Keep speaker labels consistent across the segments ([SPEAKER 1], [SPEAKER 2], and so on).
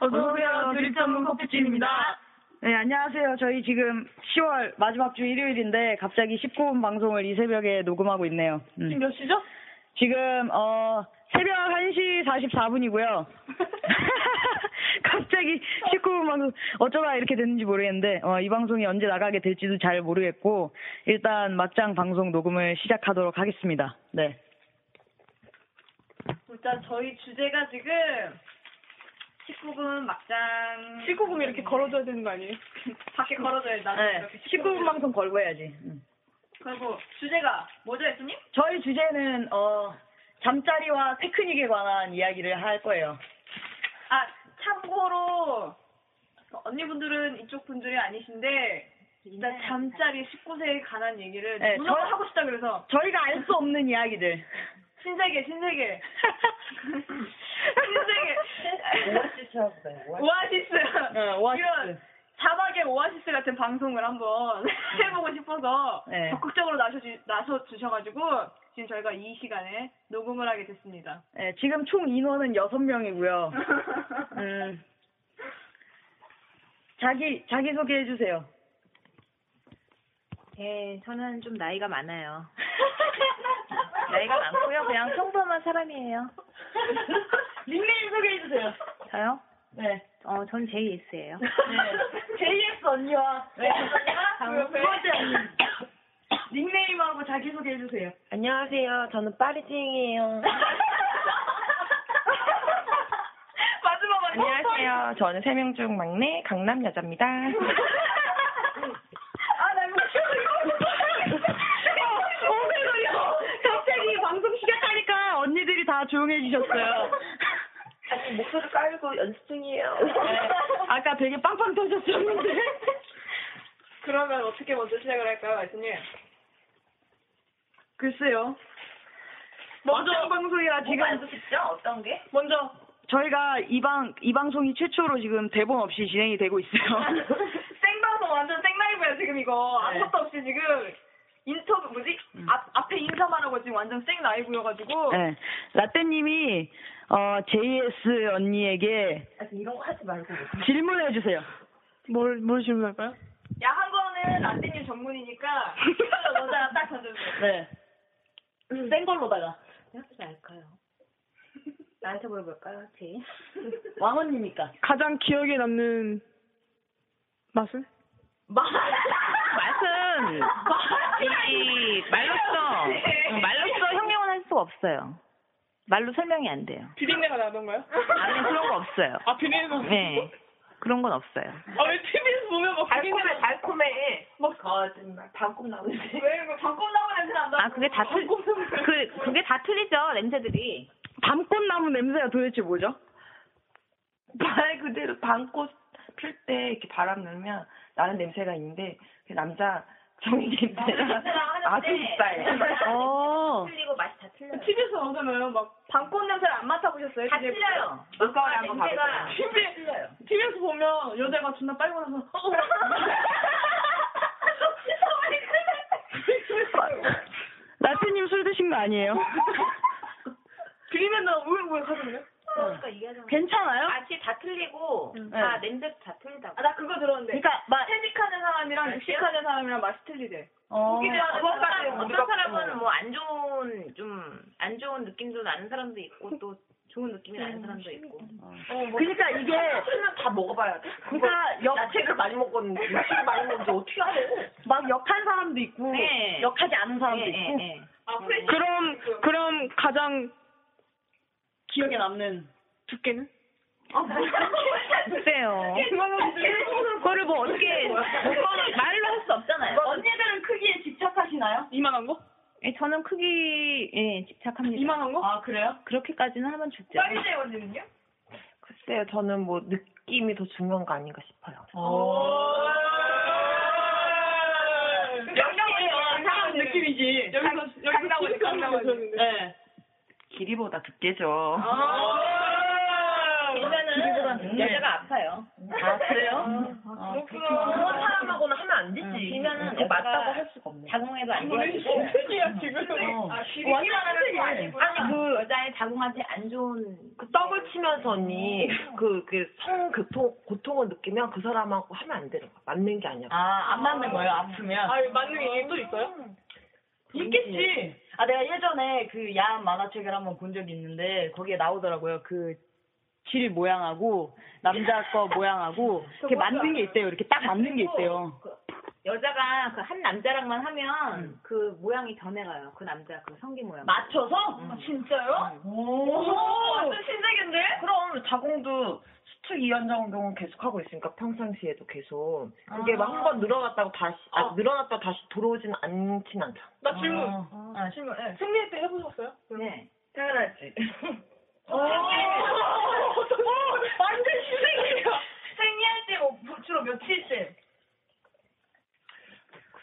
[SPEAKER 1] 어서오세요. 드립 전문 커피집입니다.
[SPEAKER 2] 네, 안녕하세요. 저희 지금 10월 마지막 주 일요일인데 갑자기 19분 방송을 이 새벽에 녹음하고 있네요. 음.
[SPEAKER 1] 지금 몇 시죠?
[SPEAKER 2] 지금 어 새벽 1시 44분이고요. 갑자기 19분 방송 어쩌다 이렇게 됐는지 모르겠는데 어, 이 방송이 언제 나가게 될지도 잘 모르겠고 일단 맞짱 방송 녹음을 시작하도록 하겠습니다. 네.
[SPEAKER 1] 일단 저희 주제가 지금
[SPEAKER 3] 19금 막장 네.
[SPEAKER 1] 19금 이렇게 걸어줘야 되는 거 아니에요?
[SPEAKER 3] 밖에 걸어줘야 나
[SPEAKER 2] 네. 19분 방송 걸고 해야지. 음.
[SPEAKER 3] 그리고 주제가 뭐죠 예수님?
[SPEAKER 2] 저희 주제는 어 잠자리와 테크닉에 관한 이야기를 할 거예요.
[SPEAKER 3] 아 참고로 언니분들은 이쪽 분들이 아니신데 일단
[SPEAKER 1] 네.
[SPEAKER 3] 잠자리 19세에 관한 얘기를
[SPEAKER 2] 네,
[SPEAKER 3] 너무
[SPEAKER 2] 저-
[SPEAKER 3] 하고 싶다 그래서
[SPEAKER 2] 저희가 알 수 없는 이야기들.
[SPEAKER 3] 신세계 신세계 신세계 오아시스
[SPEAKER 2] 네, 오아시스.
[SPEAKER 3] 이런 자막의 오아시스 같은 방송을 한번 해보고 싶어서
[SPEAKER 2] 네.
[SPEAKER 3] 적극적으로 나서주, 나서주셔가지고 지금 저희가 이 시간에 녹음을 하게 됐습니다.
[SPEAKER 2] 네, 지금 총 인원은 6명이고요. 음. 자기 자기 소개해 주세요.
[SPEAKER 4] 예, 저는 좀 나이가 많아요. 나이가 많고요. 그냥 평범한 사람이에요.
[SPEAKER 2] 닉네임 소개해 주세요.
[SPEAKER 4] 저요?
[SPEAKER 2] 네.
[SPEAKER 4] 어, 전 JS예요.
[SPEAKER 2] JS 언니와 네.
[SPEAKER 3] 그리고
[SPEAKER 2] 두 번째 언니. 닉네임하고 자기 소개해 주세요.
[SPEAKER 4] 안녕하세요. 저는 파리팅이에요.
[SPEAKER 3] 마지막 마지막
[SPEAKER 5] 안녕하세요. 저는 세 명 중 막내 강남 여자입니다.
[SPEAKER 3] 아나 이거
[SPEAKER 2] 엉글거려. 갑자기 방송 시작하니까 언니들이 다 조용해지셨어요.
[SPEAKER 5] 목소리 깔고 연습 중이에요.
[SPEAKER 2] 네. 아까 되게 빵빵 터졌었는데.
[SPEAKER 3] 그러면 어떻게 먼저 시작을 할까요 말씀님
[SPEAKER 2] 글쎄요. 먼저 방송이라 지금
[SPEAKER 5] 좋겠죠? 어떤 게?
[SPEAKER 2] 먼저 저희가 이 방 이 방송이 최초로 지금 대본 없이 진행이 되고 있어요.
[SPEAKER 3] 아, 생방송 완전 생라이브야 지금 이거 아무것도 없이 지금 인터뷰 뭐지 앞 앞에 인사만 하고 지금 완전 생라이브여가지고
[SPEAKER 2] 네. 라떼님이 어, JS 언니에게
[SPEAKER 5] 이런 거 하지 말고.
[SPEAKER 2] 질문해 주세요.
[SPEAKER 1] 뭘, 뭘 질문할까요?
[SPEAKER 3] 야 한 거는 라떼님 전문이니까 이걸로 여자 딱 던져주세요
[SPEAKER 2] 네.
[SPEAKER 4] 음.
[SPEAKER 2] 센 걸로다가
[SPEAKER 4] 혹시 알까요? 나한테 물어볼까요, 제이?
[SPEAKER 2] 왕언니니까.
[SPEAKER 1] 가장 기억에 남는 맛은?
[SPEAKER 5] 맛은 이 말로써 응, 말로써 형용을
[SPEAKER 4] 할 수가 없어요. 말로 설명이 안 돼요.
[SPEAKER 1] 비린내가 나던가요?
[SPEAKER 5] 아니 그런 거 없어요.
[SPEAKER 1] 아, 비린내가
[SPEAKER 5] 네. 그런 건 없어요.
[SPEAKER 1] 아, 왜 TV에서 보면 막 비린내가
[SPEAKER 5] 달콤해. 뭐 거짓말. 방금 나오는데.
[SPEAKER 3] 왜 이거 방금 나무 냄새 난다
[SPEAKER 4] 아, 그게 다 틀, 그, 그게 다 틀리죠, 냄새들이.
[SPEAKER 2] 밤꽃나무 냄새가 도대체 뭐죠?
[SPEAKER 5] 말 그대로 방꽃 필 때 이렇게 바람 넣으면 나는 냄새가 있는데 그 남자 정이
[SPEAKER 4] 아,
[SPEAKER 5] 냄새가 아주 비싸요.
[SPEAKER 2] 어.
[SPEAKER 4] 틀리고 맛이 다 틀려요.
[SPEAKER 3] TV에서 나오잖아요 막 방꽃 냄새를 안 맡아보셨어요?
[SPEAKER 4] 다
[SPEAKER 3] 근데
[SPEAKER 4] 틀려요. 아,
[SPEAKER 5] 물가를 한번
[SPEAKER 4] 냄새가-
[SPEAKER 5] 가보세요.
[SPEAKER 3] TV, TV에서 보면 여자가 존나 빨고 나서 어.
[SPEAKER 2] 라떼님 술 드신 거 아니에요?
[SPEAKER 3] 그림에다 우울우울 하던데?
[SPEAKER 4] 그러니까 이해하잖아.
[SPEAKER 2] 괜찮아요?
[SPEAKER 4] 맛이 다 틀리고, 다 냄새도 다 틀리다고.
[SPEAKER 2] 아,
[SPEAKER 3] 아, 나 그거 들었는데.
[SPEAKER 2] 그러니까 막
[SPEAKER 3] 채식하는 사람이랑 육식하는 사람이랑 맛이 틀리대.
[SPEAKER 6] 어.
[SPEAKER 3] 고기를-
[SPEAKER 2] 어떤 사람,
[SPEAKER 3] 우리가-
[SPEAKER 2] 어떤 사람은 뭐 안 좋은 좀 안 좋은 느낌도 나는 사람도 있고 또 좋은 느낌이
[SPEAKER 4] 음,
[SPEAKER 2] 나는 사람도 있고
[SPEAKER 4] 그러니까 이게
[SPEAKER 3] 아,
[SPEAKER 4] 다 먹어봐야 돼. 그러니까 역 야채를 많이 먹었는지 음식을 많이 먹는지 어떻게 하고 막 역한 사람도 있고
[SPEAKER 2] 네.
[SPEAKER 4] 역하지 않은 사람도
[SPEAKER 2] 예,
[SPEAKER 4] 있고
[SPEAKER 2] 예, 예.
[SPEAKER 3] 아, 프레시.
[SPEAKER 7] 그럼 그럼 가장 기억에 남는 두께는?
[SPEAKER 3] 아, 뭐,
[SPEAKER 6] 글쎄요. 그거를 뭐 어떻게 말로 할 수 없잖아요.
[SPEAKER 3] 언니들은 크기에 집착하시나요?
[SPEAKER 7] 이만한 거?
[SPEAKER 6] 예, 저는 크기 예 집착합니다.
[SPEAKER 7] 이만한 거?
[SPEAKER 3] 아, 그래요?
[SPEAKER 6] 그렇게까지는 하면 좋죠.
[SPEAKER 3] 빨리 재 언니는요?
[SPEAKER 8] 글쎄요, 저는 뭐 느낌이 더 중요한 거 아닌가 싶어요.
[SPEAKER 3] 명령이에요. 사람 느낌이지. 여기서, 여기서 나오지, 강 나오지. 네.
[SPEAKER 8] 길이보다 두께죠.
[SPEAKER 3] 아.
[SPEAKER 2] 그러면은 여자가 아파요. 어,
[SPEAKER 8] 아, 그래요?
[SPEAKER 4] 아,
[SPEAKER 2] 그런 사람하고는 하면 안
[SPEAKER 4] 음,
[SPEAKER 2] 되지.
[SPEAKER 8] 길면은
[SPEAKER 2] 그러니까
[SPEAKER 8] 맞다고 할 수가 없네.
[SPEAKER 2] 자궁에도 안 좋아지고.
[SPEAKER 3] 되지야, 지금. 아, 원하는 거 아니고.
[SPEAKER 2] 아니 그 여자의 자궁한테 안 좋은
[SPEAKER 4] 그 떡을 치면서 언니 그, 그 성교통, 고통을 느끼면 그 사람하고 하면 안 되는 거야. 맞는 게 아니야.
[SPEAKER 2] 아안 맞는 거예요 아프면.
[SPEAKER 3] 아, 만능이 또 있어요?
[SPEAKER 2] 있겠지. 아 내가 예전에 그 야한 만화책을 한번 본 적이 있는데 거기에 나오더라고요. 그
[SPEAKER 6] 질 모양하고 남자 거 모양하고 이렇게 만든 게 있대요. 이렇게 딱 맞는 게 있대요.
[SPEAKER 2] 여자가 그 한 남자랑만 하면
[SPEAKER 4] 음.
[SPEAKER 2] 그 모양이 변해가요. 그 남자 그 성기 모양.
[SPEAKER 7] 아,
[SPEAKER 3] 맞춰서?
[SPEAKER 2] 음. 아, 네.
[SPEAKER 3] 진짜요? 오, 완전 신세계인데?
[SPEAKER 4] 그럼 자궁도 수축 이완 자궁경은 계속 하고 있으니까 평상시에도 계속
[SPEAKER 2] 아.
[SPEAKER 4] 그게 막 한 번 늘어났다고 다시 아, 늘어났다 다시 들어오진 않진 않죠.
[SPEAKER 3] 나 질문.
[SPEAKER 2] 아, 실물.
[SPEAKER 7] 예.
[SPEAKER 2] 네.
[SPEAKER 3] 승리할 때 해보셨어요?
[SPEAKER 2] 네.
[SPEAKER 3] 당연하지.
[SPEAKER 2] 어.
[SPEAKER 3] 오,
[SPEAKER 4] 어,
[SPEAKER 3] 완전 신세계야. 승리할 때 뭐, 주로 며칠째?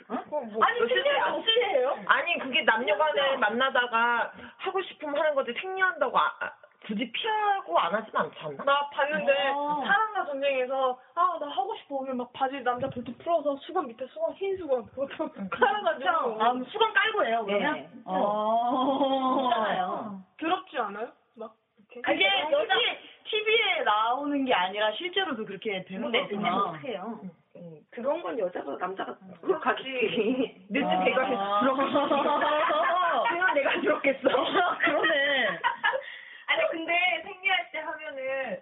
[SPEAKER 4] 어?
[SPEAKER 2] 어?
[SPEAKER 4] 뭐,
[SPEAKER 3] 아니, 승리할 때 며칠 해요?
[SPEAKER 4] 아니 그게 남녀간에 만나다가 하고 싶으면 하는 거지 생리한다고 아- 아- 굳이 피하고 안 하진 않지 않나?
[SPEAKER 7] 나 봤는데
[SPEAKER 2] 아.
[SPEAKER 7] 사랑과 전쟁에서 아 나 하고 싶어 오늘 막 바지 남자 볼트 풀어서 수건 밑에 수건 흰 수건 그것도 깔아가지고
[SPEAKER 2] 아, 수건 깔고 해요, 그러면? 네. 어. 요
[SPEAKER 7] 더럽지 않아요? 막
[SPEAKER 2] 그게
[SPEAKER 4] 그러니까
[SPEAKER 2] 여자 TV에 나오는 게 아니라 실제로도 그렇게 되는 거구나.
[SPEAKER 3] 어떡해요?
[SPEAKER 4] 음. 그런 건 여자가 남자가 그걸 같이 늦은 내가 그냥 내가 들었겠어.
[SPEAKER 6] 그러네.
[SPEAKER 3] 아니, 근데 생리할 때 하면은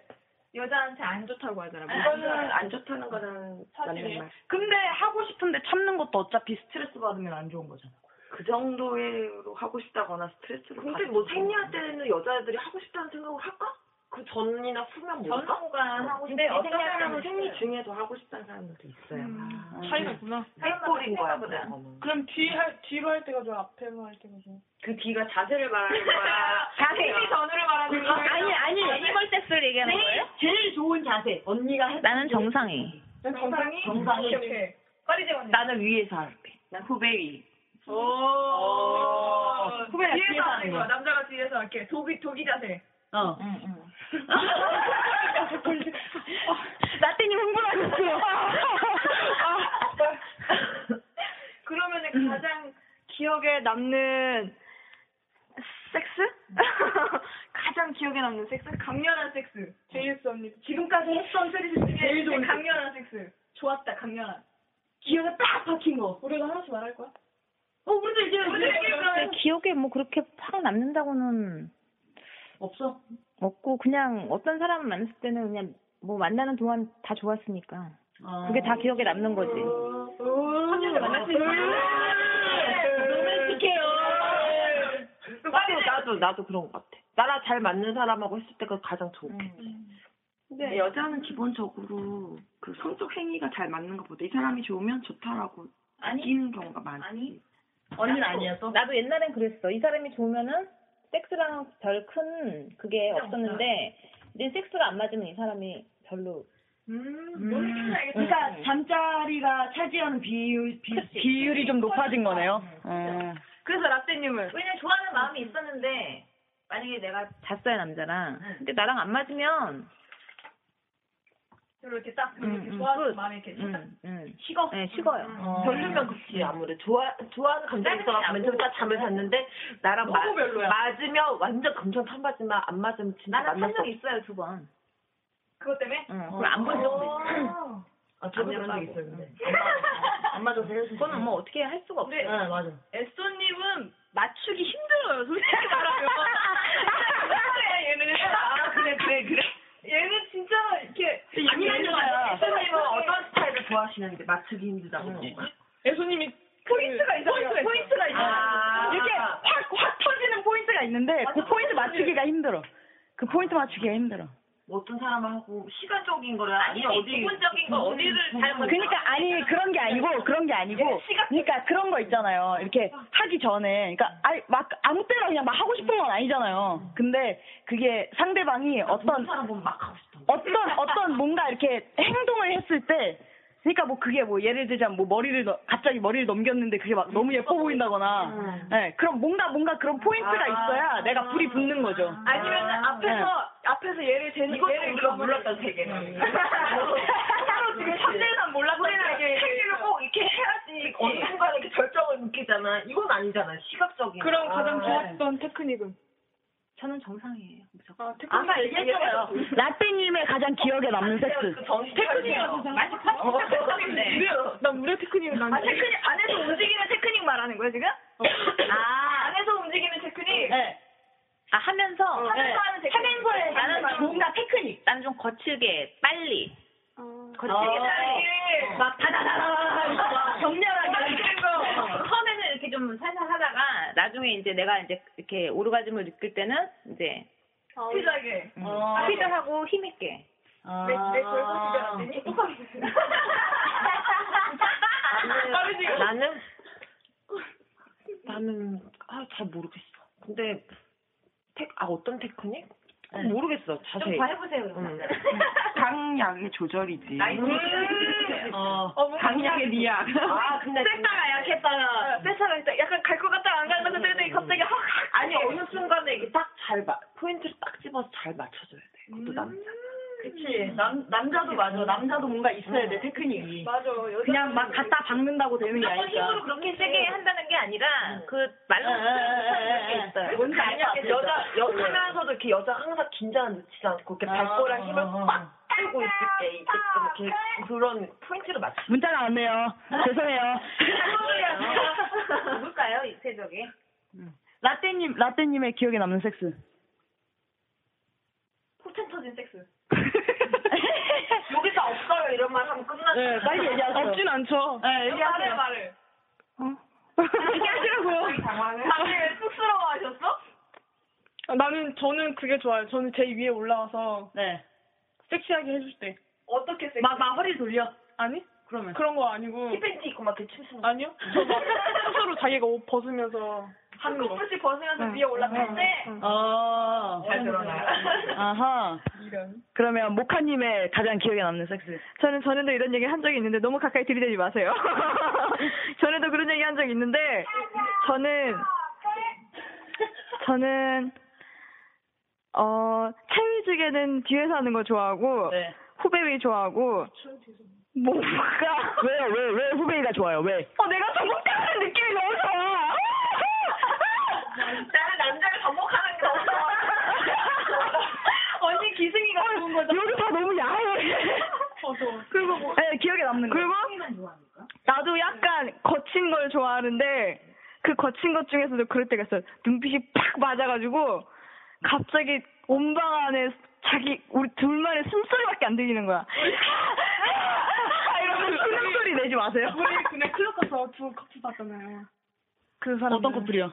[SPEAKER 3] 여자한테 안 좋다고 하더라고요.
[SPEAKER 4] 이거는 안 좋다는 거는 맞는 말.
[SPEAKER 6] 근데 하고 싶은데 참는 것도 어차피 스트레스 받으면 안 좋은 거잖아.
[SPEAKER 4] 그 정도로 하고 싶다거나 스트레스를 근데 뭐 생리할 때는 여자애들이 하고 싶다는 생각을 할까? 그 전이나 후면 뭘까?
[SPEAKER 2] 전후가 하고 싶은
[SPEAKER 4] 근데 어떤 사람은 생리 중에도 하고 싶다는 사람들도 있어요.
[SPEAKER 2] 아, 네.
[SPEAKER 7] 차이가 있구나
[SPEAKER 4] 꼴인 거야,
[SPEAKER 2] 생각보다.
[SPEAKER 3] 어.
[SPEAKER 4] 그거는.
[SPEAKER 7] 그럼 뒤 할, 뒤로 할 때가 좋아 앞에로 할 때가 좋아
[SPEAKER 4] 그 뒤가 자세를 말하는 거야.
[SPEAKER 2] 생리 전후를 말하는 거예요? 아니, 아니.
[SPEAKER 3] 네.
[SPEAKER 6] 이걸 때쓸 얘기하는 거예요?
[SPEAKER 2] 제일 좋은 자세. 언니가 해.
[SPEAKER 6] 나는 정상이.
[SPEAKER 7] 난 정상이
[SPEAKER 2] 정상이.
[SPEAKER 7] 이렇게.
[SPEAKER 3] 빠리제 언니.
[SPEAKER 4] 나는 위에서 할게. 난 후배 위.
[SPEAKER 3] 오.
[SPEAKER 2] 후배가 뒤에서
[SPEAKER 3] 뒤에서
[SPEAKER 2] 하는
[SPEAKER 3] 하는
[SPEAKER 2] 거야.
[SPEAKER 3] 거야. 남자가 뒤에서 이렇게 도기 도기 자세.
[SPEAKER 6] 어.
[SPEAKER 2] 응, 응.
[SPEAKER 6] 나태님 흥분하셨어요.
[SPEAKER 3] 아. 그러면은 가장 기억에 남는 섹스? 가장 기억에 남는 섹스? 강렬한 섹스.
[SPEAKER 7] 제이스 언니
[SPEAKER 3] 지금까지 했던 섹스 중에 제일 좋은 강렬한 섹스. 좋았다, 강렬한. 기억에 딱 박힌 거.
[SPEAKER 7] 우리가 하나씩 말할 거야?
[SPEAKER 3] 어, 우리도 이제 우리도 그러면
[SPEAKER 6] 기억에 뭐 그렇게 확 남는다고는
[SPEAKER 3] 없어.
[SPEAKER 6] 없고 그냥 어떤 사람 만났을 때는 그냥 뭐 만나는 동안 다 좋았으니까 그게 다 기억에 남는 거지.
[SPEAKER 3] 아. 어, 한년을 만났을 때. 네. 로맨틱해요. 아,
[SPEAKER 4] 나도, 나도, 나도 그런 것 같아. 나랑 잘 맞는 사람하고 했을 때가 가장 좋겠지.
[SPEAKER 9] 근데 여자는 기본적으로 그 성적 행위가 잘 맞는 것보다 이 사람이 좋으면 좋다라고 느끼는 경우가 많아.
[SPEAKER 2] 아니. 언니는 아니었어?
[SPEAKER 6] 나도 옛날엔 그랬어. 이 사람이 좋으면은 섹스랑 별 큰 그게 없었는데 내 섹스가 안 맞으면 이 사람이 별로
[SPEAKER 3] 음,
[SPEAKER 2] 그러니까 잠자리가 차지하는 비율 비율.
[SPEAKER 6] 비율이 좀 높아진 거네요.
[SPEAKER 3] 그래서 라떼님은
[SPEAKER 2] 왜냐면 좋아하는 마음이 있었는데 만약에 내가
[SPEAKER 6] 잤어요 남자랑. 근데 나랑 안 맞으면
[SPEAKER 3] 이렇게 딱
[SPEAKER 6] 음,
[SPEAKER 3] 이렇게
[SPEAKER 6] 음.
[SPEAKER 3] 좋아하는 마음에 이렇게 딱
[SPEAKER 6] 음, 음.
[SPEAKER 3] 식어.
[SPEAKER 6] 네, 식어요.
[SPEAKER 4] 별로면 그렇지, 아무래도. 좋아, 좋아하는 감정이 있어갖고 맨 처음에 딱 잠을 잤는데, 나랑 마,
[SPEAKER 3] 너무 별로야.
[SPEAKER 4] 맞으면 완전 금전 탐받지만 안 맞으면 진짜
[SPEAKER 2] 나는
[SPEAKER 4] 만날
[SPEAKER 2] 한
[SPEAKER 4] 수
[SPEAKER 2] 적
[SPEAKER 4] 없어.
[SPEAKER 2] 있어요 두 번.
[SPEAKER 3] 그것 때문에?
[SPEAKER 6] 응, 그걸 안 본 적도 있어.
[SPEAKER 2] 아, 저도 그런 적 있어요, 근데.
[SPEAKER 10] 안 맞아서 헤어진
[SPEAKER 3] 예. 그거는 뭐 어떻게 할 수가 없어요.
[SPEAKER 10] 네, 맞아.
[SPEAKER 3] 에쏘님은 맞추기 힘들어요, 솔직히 말하면.
[SPEAKER 10] 그래, 얘는. 아, 그래, 그래, 그래.
[SPEAKER 3] 얘는 진짜 이렇게.
[SPEAKER 4] 아니라는 거야.
[SPEAKER 3] 에쏘님은 어떤
[SPEAKER 4] 스타일을 좋아하시는데 맞추기
[SPEAKER 3] 음.
[SPEAKER 4] 힘들다고.
[SPEAKER 3] 에쏘님이 그 포인트가 있어요.
[SPEAKER 4] 포인트가 있어요.
[SPEAKER 3] 아.
[SPEAKER 4] 이렇게
[SPEAKER 2] 확, 확 터지는 포인트가 있는데 그 포인트 맞추기가 힘들어. 그 포인트 맞추기가 힘들어.
[SPEAKER 4] 뭐 어떤 사람하고 시간적인 거라
[SPEAKER 3] 아니, 기본적인 거 어디를 잘 몰라.
[SPEAKER 2] 그러니까 아니 그런 게 아니고 그런 게 아니고 그러니까 그런 거 있잖아요 이렇게 하기 전에 그러니까 아니 막 아무 때나 그냥 막 하고 싶은 건 아니잖아요 근데 그게 상대방이 어떤 어떤 어떤 뭔가 이렇게 행동을 했을 때 그러니까 뭐 그게 뭐 예를 들자면 뭐 머리를 너- 갑자기 머리를 넘겼는데 그게 막 너무 예뻐 보인다거나
[SPEAKER 4] 음.
[SPEAKER 2] 네, 그럼 뭔가 뭔가 그런 포인트가
[SPEAKER 4] 아.
[SPEAKER 2] 있어야 내가 불이 붙는 거죠
[SPEAKER 3] 아니면 앞에서 앞에서 얘를 대는
[SPEAKER 2] 이것도
[SPEAKER 3] 얘를
[SPEAKER 2] 우리가
[SPEAKER 3] 몰랐다 되게. 서로 지금 3대 3 몰랐다 되게.
[SPEAKER 4] 생일을 꼭 이렇게
[SPEAKER 3] 예.
[SPEAKER 4] 해야지 어느 순간 이렇게 절정을 느끼잖아. 이건 아니잖아. 시각적인.
[SPEAKER 3] 네. 그럼 가장
[SPEAKER 4] 아,
[SPEAKER 3] 좋았던 테크닉은? 저는 정상이에요. 무조건.
[SPEAKER 4] 아까 얘기했잖아요.
[SPEAKER 2] 라떼님의 가장 기억에 남는 세트
[SPEAKER 3] 그 테크닉이라고 어. 난 무료 테크닉은 난.
[SPEAKER 4] 네. 아, 테크닉,
[SPEAKER 3] 안에서 움직이는 테크닉 말하는 거야 지금? 아 안에서 움직이는 테크닉.
[SPEAKER 2] 네.
[SPEAKER 3] 아 하면서 하면서
[SPEAKER 4] 네.
[SPEAKER 3] 하는 테크닉.
[SPEAKER 4] 하면서의
[SPEAKER 3] 나는 좀
[SPEAKER 4] 뭔가
[SPEAKER 3] 테크닉. 나는 좀 거칠게 빨리. 거칠게
[SPEAKER 4] 어.
[SPEAKER 3] 빨리. 막 다다다다 이렇게 막 격렬하게 이렇게. 처음에는 이렇게 좀 살살 하다가 나중에 이제 내가 이제 이렇게 오르가즘을 느낄 때는 이제
[SPEAKER 4] 피자게.
[SPEAKER 3] 음.
[SPEAKER 4] 어.
[SPEAKER 3] 스피드하고 힘 있게.
[SPEAKER 4] 내, 내 결과 피자 안 되니?
[SPEAKER 3] 아,
[SPEAKER 4] 빠르지? 나는 나는 아, 잘 모르겠어. 근데 테, 아 어떤 테크닉? 어, 모르겠어. 자세히.
[SPEAKER 3] 봐해보세요.
[SPEAKER 4] 음.
[SPEAKER 11] 강약의 조절이지.
[SPEAKER 2] 음.
[SPEAKER 4] 어, 강약의 미약. 아 근데
[SPEAKER 3] 뺐다가 약했다가 뺐다가 했다. 약간 갈 것 같다가 안 갈 것 같다 했더니 갑자기 확.
[SPEAKER 4] 아니 어느 순간에 이게 딱 잘 포인트를 딱 집어서 잘 맞춰줘야 돼.
[SPEAKER 2] 음.
[SPEAKER 4] 그것도 남자.
[SPEAKER 10] 그치. 남, 남자도 맞아. 남자도 뭔가 있어야 돼, 테크닉이.
[SPEAKER 4] 음.
[SPEAKER 3] 맞아.
[SPEAKER 10] 그냥 막 갖다 박는다고 되는 게
[SPEAKER 4] 뭐
[SPEAKER 3] 무조건 힘으로
[SPEAKER 10] 아니라.
[SPEAKER 3] 그렇게 세게 한다는 게 아니라 그
[SPEAKER 2] 어,
[SPEAKER 3] 말로
[SPEAKER 10] 에, 에,
[SPEAKER 3] 못하는
[SPEAKER 10] 에.
[SPEAKER 3] 게 있어요.
[SPEAKER 10] 뭔지 알것 같아.
[SPEAKER 4] 여자 여자면서도 이렇게 여자 항상 긴장 늦지 않고 이렇게 발꼬락 힘을 빡 빼고 있을 때 이렇게 좀 이렇게 그런 포인트를 맞추.
[SPEAKER 2] 문자 나왔네요 죄송해요
[SPEAKER 3] 누굴까요 이태적이?
[SPEAKER 2] 라떼님 라떼님의 기억에 남는 섹스
[SPEAKER 3] 포텐 터진 섹스.
[SPEAKER 4] 여기서 없어요 이런 말 하면 끝나.
[SPEAKER 2] 네, 빨리 얘기하세요. 없진 않죠.
[SPEAKER 3] 아,
[SPEAKER 2] 네,
[SPEAKER 3] 말해
[SPEAKER 2] 얘기하세요.
[SPEAKER 3] 말해.
[SPEAKER 2] 얘기하시라고요.
[SPEAKER 3] 당신 왜 어? 쑥스러워하셨어?
[SPEAKER 12] 나는 저는 그게 좋아요. 저는 제 위에 올라와서
[SPEAKER 2] 네.
[SPEAKER 12] 섹시하게 해줄 때.
[SPEAKER 3] 어떻게 섹시?
[SPEAKER 12] 막, 막 허리 돌려. 아니? 그러면 그런 거 아니고.
[SPEAKER 4] 티팬티 입고 막 이렇게 춤추는.
[SPEAKER 12] 아니요. 저막 스스로 자기가 옷 벗으면서 하는 거.
[SPEAKER 3] 꼬부지 벗으면서
[SPEAKER 13] 네.
[SPEAKER 3] 위에 올라갈 때.
[SPEAKER 2] 어.
[SPEAKER 3] 잘 드러나.
[SPEAKER 2] 아하. 그러면 모카님의 가장 기억에 남는 섹스.
[SPEAKER 13] 저는 전에도 이런 얘기 한 적이 있는데 너무 가까이 들이대지 마세요. 전에도 그런 얘기 한 적이 있는데 저는 저는 어 체위직에는 뒤에서 하는 거 좋아하고 후배위 좋아하고 뭔가
[SPEAKER 2] 왜요? 왜, 왜 후배가 좋아요? 왜?
[SPEAKER 13] 어 내가 전복하는 느낌이 너무 좋아.
[SPEAKER 3] 나는 남자를 접목하는 게 너무 좋아. 언니 기승이가 좋은 거죠.
[SPEAKER 2] 여기 다 너무 야해.
[SPEAKER 3] 어,
[SPEAKER 13] 그리고 뭐
[SPEAKER 2] 네, 기억에 남는 거. 네.
[SPEAKER 13] 그리고 나도 약간 거친 걸 좋아하는데 그 거친 것 중에서도 그럴 때가 있어요. 눈빛이 팍 맞아가지고 갑자기 온방 안에 자기 우리 둘만의 숨소리밖에 안 들리는 거야. 아, 이러면서 소리 내지 마세요.
[SPEAKER 12] 우리 그날 클럽 가서 두 커플 봤잖아요.
[SPEAKER 13] 그 사람
[SPEAKER 2] 어떤 커플이요?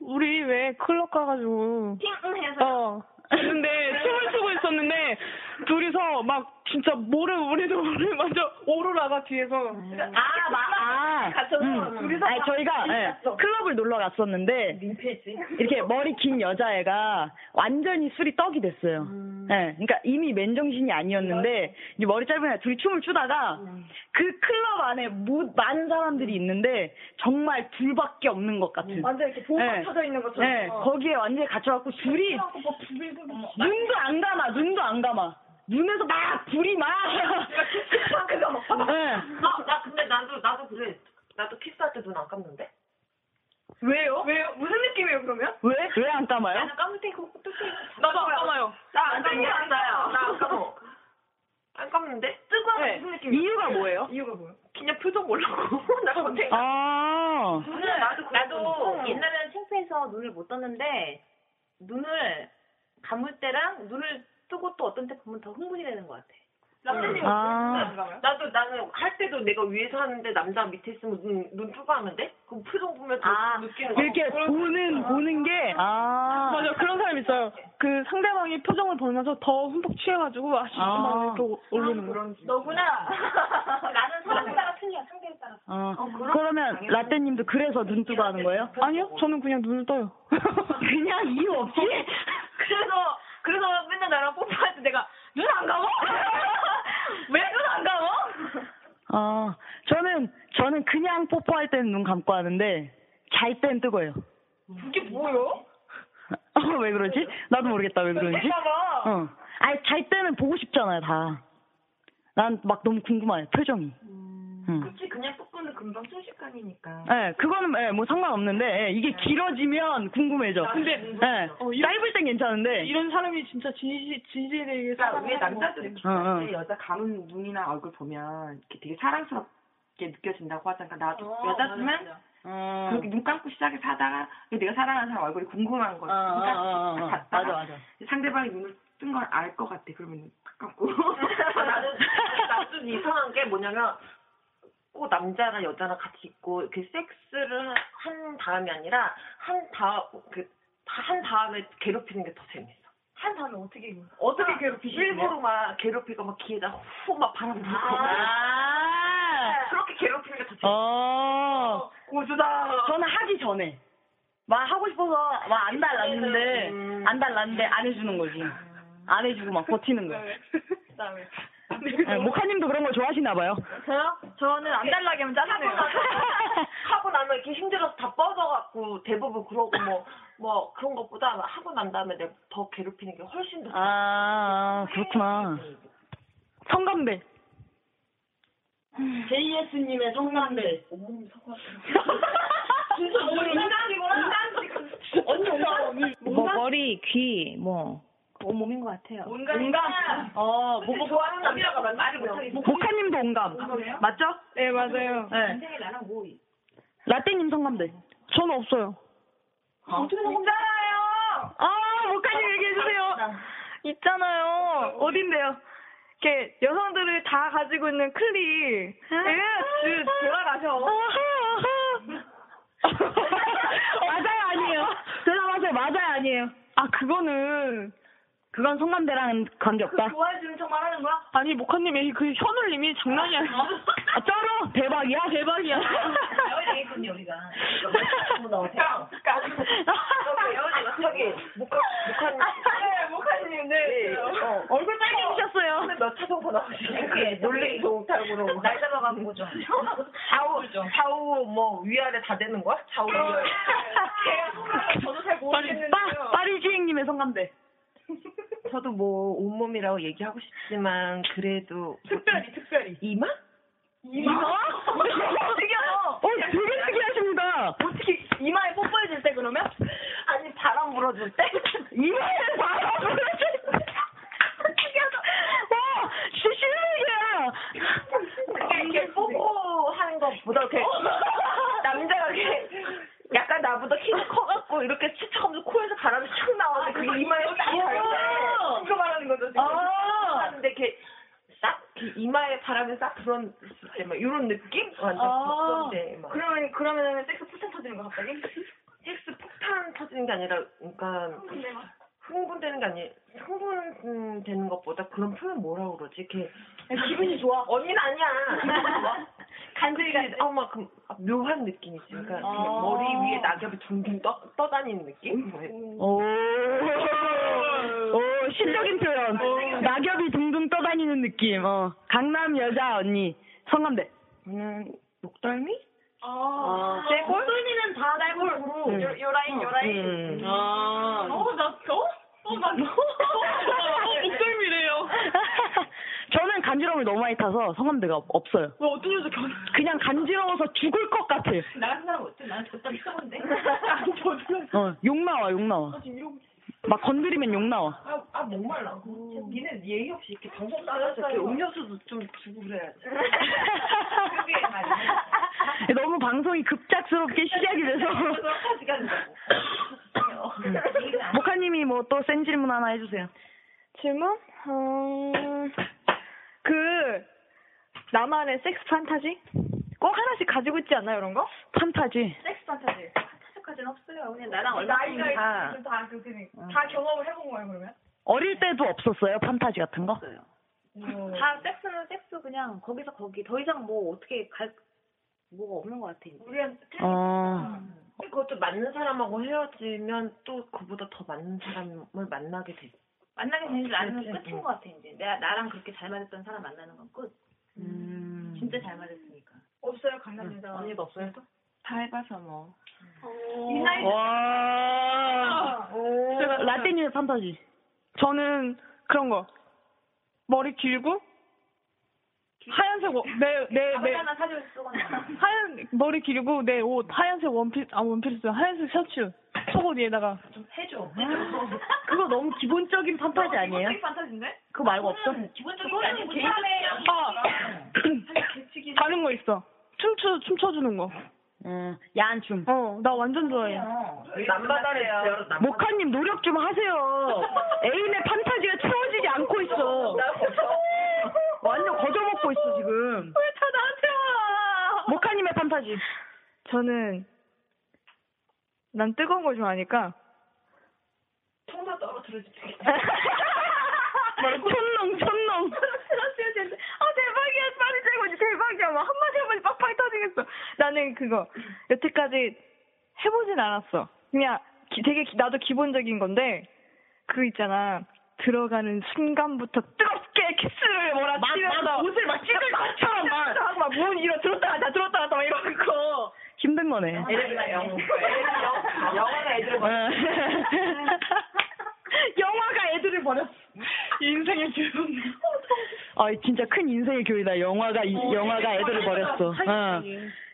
[SPEAKER 12] 우리 왜 클럽 가가지고
[SPEAKER 3] 해서.
[SPEAKER 12] 어. 근데 춤을 추고 있었는데 둘이서 막 진짜 모를 우리도 모를 먼저 오로라가 뒤에서
[SPEAKER 3] 아,
[SPEAKER 2] 아, 음. 아니, 저희가 예, 클럽을 놀러 갔었는데
[SPEAKER 14] 음.
[SPEAKER 2] 이렇게 머리 긴 여자애가 완전히 술이 떡이 됐어요. 예, 그러니까 이미 맨정신이 아니었는데 이제 머리 짧은 애 둘이 춤을 추다가 그 클럽 안에 모- 많은 사람들이 있는데 정말 둘밖에 없는 것 같은.
[SPEAKER 3] 완전 이렇게 보호막
[SPEAKER 14] 네.
[SPEAKER 3] 쳐져 있는 것처럼.
[SPEAKER 2] 예,
[SPEAKER 3] 어. 음.
[SPEAKER 2] 거기에 완전히 갇혀갖고 둘이 눈도 안 감아, 눈도 안 감아. 눈에서 막 불이 막.
[SPEAKER 3] 네.
[SPEAKER 2] 예.
[SPEAKER 4] 아, 나 근데 나도 나도 그래. 나도 키스할 때 눈 안 감는데.
[SPEAKER 3] 왜요? 왜요? 무슨 느낌이에요 그러면?
[SPEAKER 2] 왜? 왜 안 감아요?
[SPEAKER 3] 나는 까만 테이크 똑똑해. 나도 안 감아요. 나 안 감아요.
[SPEAKER 4] 깜짝이야, 안 감아요. 나안 감어. 안 감는데?
[SPEAKER 3] 뜨거운 무슨 느낌이에요?
[SPEAKER 2] 이유가 뭐예요?
[SPEAKER 3] 이유가 뭐예요?
[SPEAKER 4] 진짜 표정 몰랐고 나 전쟁
[SPEAKER 2] 아.
[SPEAKER 3] 눈을 네.
[SPEAKER 14] 네.
[SPEAKER 3] 나도,
[SPEAKER 14] 어.
[SPEAKER 3] 옛날에는 창피해서 눈을 못 떴는데 눈을 감을 때랑 눈을 뜨고 또 어떤 때 보면 더 흥분이 되는 것 같아.
[SPEAKER 4] 남자님
[SPEAKER 3] 아.
[SPEAKER 4] 나도 나는 할 때도 내가 위에서 하는데 남자 밑에 있으면 눈, 눈 뜨고 하면 돼? 그럼 표정 보면 더 느끼는 거
[SPEAKER 14] 아. 이렇게 보는 보는 게 맞아 그런 사람 있어요.
[SPEAKER 3] 네.
[SPEAKER 14] 그 상대방이 표정을 보면서 더 흠뻑 취해가지고 아 진짜
[SPEAKER 2] 아.
[SPEAKER 14] 막 이렇게 오르는 거.
[SPEAKER 3] 너구나. 나는 사람에 따라 틀려, 상대에 따라.
[SPEAKER 2] 어, 그러면 라떼님도 그래서 눈 뜨고 하는 거예요?
[SPEAKER 14] 아니요, 저는 그냥 눈을 떠요.
[SPEAKER 2] 그냥 이유 없이?
[SPEAKER 3] 그래서 그래서 맨날 나랑 뽀뽀할 때 내가 눈 안 감어? 왜 눈 안 감어?
[SPEAKER 2] 아, 저는 저는 그냥 뽀뽀할 때는 눈 감고 하는데 잘 땐 뜨고요.
[SPEAKER 4] 그게 뭐예요?
[SPEAKER 2] 어, 왜 그러지? 나도 모르겠다 왜 그런지.
[SPEAKER 3] 그러니까.
[SPEAKER 4] 그럴까봐.
[SPEAKER 2] 어, 아니 잘 때는 보고 싶잖아요 다. 난 막 너무 궁금해요 표정이. 응.
[SPEAKER 4] 그치 그냥 뽀뽀는 금방 순식간이니까
[SPEAKER 2] 예, 그거는 예, 뭐 상관없는데 예, 이게 길어지면 궁금해져.
[SPEAKER 4] 근데-
[SPEAKER 2] 예, 짧을 땐 괜찮은데
[SPEAKER 14] 이런 사람이 진짜 진실 진실되게
[SPEAKER 15] 그러니까
[SPEAKER 14] 살아가는
[SPEAKER 15] 왜 남자들이
[SPEAKER 14] 것
[SPEAKER 15] 기
[SPEAKER 14] 같아요.
[SPEAKER 15] 가 여자 감은 눈이나 얼굴 보면 이렇게 되게 사랑스럽게 느껴진다고 하잖아. 그러니까 나도 여자지만
[SPEAKER 2] 어.
[SPEAKER 15] 그렇게 눈 감고 시작해서 하다가 내가 사랑하는 사람 얼굴이 궁금한 거지.
[SPEAKER 2] 어,
[SPEAKER 15] 눈 감고
[SPEAKER 2] 어, 어, 어.
[SPEAKER 15] 딱 갔다가
[SPEAKER 2] 맞아, 맞아.
[SPEAKER 15] 상대방이 눈을 뜬 걸 알 것 같아. 그러면 딱 감고.
[SPEAKER 4] 아, 나는 나도 좀 이상한 게 뭐냐면 꼭 남자랑 여자랑 같이 있고 그 섹스를 한 다음이 아니라 한 다음 그한 다음에 괴롭히는 게 더 재밌어.
[SPEAKER 3] 한 다음에 어떻게 이거?
[SPEAKER 4] 어떻게 괴롭히지? 아, 일부러 막 괴롭히고 막 귀에다 후막 바람 불고
[SPEAKER 3] 아.
[SPEAKER 2] 아.
[SPEAKER 4] 막 그렇게 괴롭히는 게 더 재밌어.
[SPEAKER 2] 어.
[SPEAKER 4] 고수다.
[SPEAKER 2] 저는 하기 전에 막 하고 싶어서 막 안 달랐는데 안 달랐는데 안 해주는 거지. 안 해주고 막 버티는
[SPEAKER 3] 네.
[SPEAKER 2] 거야.
[SPEAKER 4] 네.
[SPEAKER 3] 그다음에
[SPEAKER 2] 예, 모카님도 그런 거 좋아하시나 봐요.
[SPEAKER 3] 저요? 저는 안 달라게 하면 짜증내요.
[SPEAKER 4] 아, 하고 나면 이렇게 힘들어서 다 뻗어갖고 대부분 그러고 뭐, 뭐 그런 것보다 하고 난 다음에 내가 더 괴롭히는 게 훨씬 더.
[SPEAKER 2] 아, 그렇구나. 성감대.
[SPEAKER 16] JS님의 성남대.
[SPEAKER 4] 진짜
[SPEAKER 16] 오늘 인간이구나.
[SPEAKER 4] 언니 언니.
[SPEAKER 3] 뭐 머리, 귀, 뭐. 온몸인 것 같아요.
[SPEAKER 16] 온감.
[SPEAKER 2] 어,
[SPEAKER 4] 뭐, 뭐, 좋아하는 남자가 말을 못하겠어.
[SPEAKER 2] 모카님도 온감. 맞죠?
[SPEAKER 14] 네 맞아요.
[SPEAKER 2] 네.
[SPEAKER 3] 인생에 나랑 뭐.
[SPEAKER 2] 라떼님 성감대. 저는 없어요.
[SPEAKER 14] 아,
[SPEAKER 3] 어떻게 혼자요? 아,
[SPEAKER 2] 아, 모카님 얘기해주세요.
[SPEAKER 17] 있잖아요. 어딘데요? 이렇게 여성들을 다 가지고 있는 클리. 예,
[SPEAKER 3] 아,
[SPEAKER 17] 주- 돌아가셔.
[SPEAKER 2] 맞아요, 아니에요. 대답하세요. 맞아요, 아니에요. 아, 그거는. 그건 성감대랑 관계없다.
[SPEAKER 3] 그 좋아해주는 척만 하는 거야?
[SPEAKER 14] 아니 모카님의 그 현울님이 장난이 아니야.
[SPEAKER 2] 아, 쩔어? 대박이야? 대박이야.
[SPEAKER 3] 배워야겠군요, 우리가.
[SPEAKER 4] 그러니까, 그러니까 아주- 저기 목화 목화님. 네 목화님 네. 어, 얼굴 빨개지셨어요.
[SPEAKER 2] 네,
[SPEAKER 4] 몇 차선 더 나오시네. 놀래기도 못하고 날 잡아가는 거죠. 좌우 좌우 뭐 위아래 다 되는 거야? 좌우 위아래. 제가 저도 잘
[SPEAKER 2] 네,
[SPEAKER 4] 모르겠는데요.
[SPEAKER 2] 파리주행님의 성감대.
[SPEAKER 4] 저도 뭐 온몸이라고 얘기하고 싶지만 그래도 특별히 특별히 이마?
[SPEAKER 16] 이마?
[SPEAKER 4] 특이하다.
[SPEAKER 2] 어, 되게 특이하십니다.
[SPEAKER 16] 어떻게 이마에 뽀뽀해줄 때 그러면?
[SPEAKER 4] 아니 바람 불어줄 때?
[SPEAKER 2] 이마에 바람 불어줄 때? 어, 와, 실례야.
[SPEAKER 4] 그러니까 이렇게 뽀뽀하는 것보다 이렇게 남자가 이렇게 약간 나보다 키가 커갖고 이렇게 치쳐가면서 코에서 바람이 쭉 나오는데 아, 그게 이마에 딱 닿을 때 그거 아. 말하는 거죠 지금 하는데 이렇게 싹 이렇게 이마에 바람이 싹 들어온 막 이런 느낌? 완전
[SPEAKER 16] 아.
[SPEAKER 4] 그건데 막
[SPEAKER 16] 그러면 그러면 섹스 포탄 터지는 거 갑자기?
[SPEAKER 4] 섹스 폭탄 터지는 게 아니라 그러니까 흥분되는 게 아니 흥분되는 것보다 그런 표현 뭐라 그러지? 이렇게
[SPEAKER 16] 기분이 좋아.
[SPEAKER 4] 언니는 아니야.
[SPEAKER 16] 간질이 간질.
[SPEAKER 4] 어막 그, 묘한 느낌이지. 그러니까 이렇게
[SPEAKER 16] 아.
[SPEAKER 4] 머리 위에 낙엽이 둥둥 떠, 떠다니는 느낌? 뭐
[SPEAKER 2] 오,
[SPEAKER 4] 아.
[SPEAKER 2] 오, 신적인 표현. 낙엽이 둥둥 떠다니는 느낌. 어, 강남 여자 언니 성감대.
[SPEAKER 15] 저는 목덜미?
[SPEAKER 16] 아,
[SPEAKER 15] 내 골?
[SPEAKER 16] 목소리는 다 날골. 요, 요 라인, 요 라인.
[SPEAKER 15] 음.
[SPEAKER 16] 아. 어, 나, 어? 어, 나,
[SPEAKER 3] 어.
[SPEAKER 14] 목덜미래요.
[SPEAKER 2] 저는 간지러움을 너무 많이 타서 성감대가 없- 없어요.
[SPEAKER 14] 뭐 어떤 여자 견
[SPEAKER 2] 그냥 간지러워서 죽을 것 같아.
[SPEAKER 3] 나 같은 사람 어때? 나는 어떤 미쳐본데? 아,
[SPEAKER 2] 어, 욕 나와, 욕 나와.
[SPEAKER 3] 지금 이러고 있어.
[SPEAKER 2] 막 건드리면 욕 나와.
[SPEAKER 15] 아, 아, 목말라. 니네 예의 없이 이렇게 방송 따라서 이렇게 음료수도 좀 주고 그래야지. 그게 말이야.
[SPEAKER 2] 너무 방송이 급작스럽게 시작이 돼서.
[SPEAKER 3] 어. 음.
[SPEAKER 2] 모카님이 뭐 또 센 질문 하나 해주세요.
[SPEAKER 18] 질문? 어... 그 나만의 섹스 판타지? 꼭 하나씩 가지고 있지 않나요, 이런 거?
[SPEAKER 2] 판타지.
[SPEAKER 3] 섹스 판타지. 판타지까지는 없어요. 그냥
[SPEAKER 4] 나랑 얼마큼이나.
[SPEAKER 3] 나이가 있으면 다 그렇게
[SPEAKER 18] 어.
[SPEAKER 3] 다 경험을 해본 거예요, 그러면?
[SPEAKER 2] 어릴 때도 없었어요, 판타지 같은 거?
[SPEAKER 4] 다 섹스는 섹스 그냥 거기서 거기 더 이상 뭐 어떻게 갈 뭐가 없는 것 같아.
[SPEAKER 15] 우리한테
[SPEAKER 2] 어.
[SPEAKER 15] 그것도 맞는 사람하고 헤어지면 또 그보다 더 맞는 사람을 만나게 돼. 음.
[SPEAKER 4] 만나게 되는 줄 알면
[SPEAKER 15] 그렇지.
[SPEAKER 4] 끝인 것 같아 이제. 내가 나랑 그렇게 잘 맞았던 사람 만나는 건 끝.
[SPEAKER 15] 음.
[SPEAKER 4] 진짜 잘 맞았으니까.
[SPEAKER 3] 없어요, 강남 여자.
[SPEAKER 15] 언니도 없어요?
[SPEAKER 19] 다 해봐서 뭐.
[SPEAKER 3] 이 나이
[SPEAKER 2] 와.
[SPEAKER 3] 네,
[SPEAKER 2] 라떼님의 판타지.
[SPEAKER 20] 저는 그런 거. 머리 길고 하얀색 옷, 내,
[SPEAKER 3] 네.
[SPEAKER 20] 내,
[SPEAKER 4] 밥을
[SPEAKER 20] 내,
[SPEAKER 4] 하나 사줄 쓰거나.
[SPEAKER 20] 하얀, 머리 길고 내 옷, 하얀색 원피스, 아, 원피스, 하얀색 셔츠, 속옷 위에다가.
[SPEAKER 15] 해줘.
[SPEAKER 4] 어,
[SPEAKER 2] 그거 너무 기본적인 판타지 아니에요?
[SPEAKER 3] 판타지인데?
[SPEAKER 2] 그거 말고 없어?
[SPEAKER 3] 기본적인
[SPEAKER 15] 그거는
[SPEAKER 3] 아니고
[SPEAKER 15] 개인적인
[SPEAKER 3] 사람의
[SPEAKER 20] 아. 다른 거 있어. 춤추, 춤춰주는 거.
[SPEAKER 2] 음, 야한 춤.
[SPEAKER 20] 어, 나 완전 좋아해.
[SPEAKER 15] 남바다래요.
[SPEAKER 2] 모카님 노력 좀 하세요. 애인의 판타지가 채워지지 않고 있어. 완전 거저먹고 있어 지금.
[SPEAKER 15] 왜 다 나한테 와?
[SPEAKER 2] 모카님의 판타지.
[SPEAKER 18] 저는 난 뜨거운 걸 좋아하니까
[SPEAKER 15] 통사 떨어뜨려 줄게.
[SPEAKER 2] 촌농 촌농.
[SPEAKER 18] 아 대박이야 빨리 제거지 대박이야 막 한마디 한마디 빡빡이 터지겠어 나는 그거 여태까지 해보진 않았어 그냥 기- 되게 기- 나도 기본적인 건데 그 있잖아 들어가는 순간부터 뜨겁게 키스를 뭐라
[SPEAKER 2] 막-
[SPEAKER 18] 치면서
[SPEAKER 2] 막 옷을 막 찢을 것처럼 막.
[SPEAKER 18] 막문 이러 들었다 다 들었다 놨다 막 이런 거
[SPEAKER 2] 힘든 거네.
[SPEAKER 15] 영화나 애들
[SPEAKER 2] 영화가 애들을 버렸어.
[SPEAKER 3] 어,
[SPEAKER 2] 인생의 교훈. 아, 진짜 큰 인생의 교훈이다. 영화가 이- 영화가 애들을 버렸어. 어.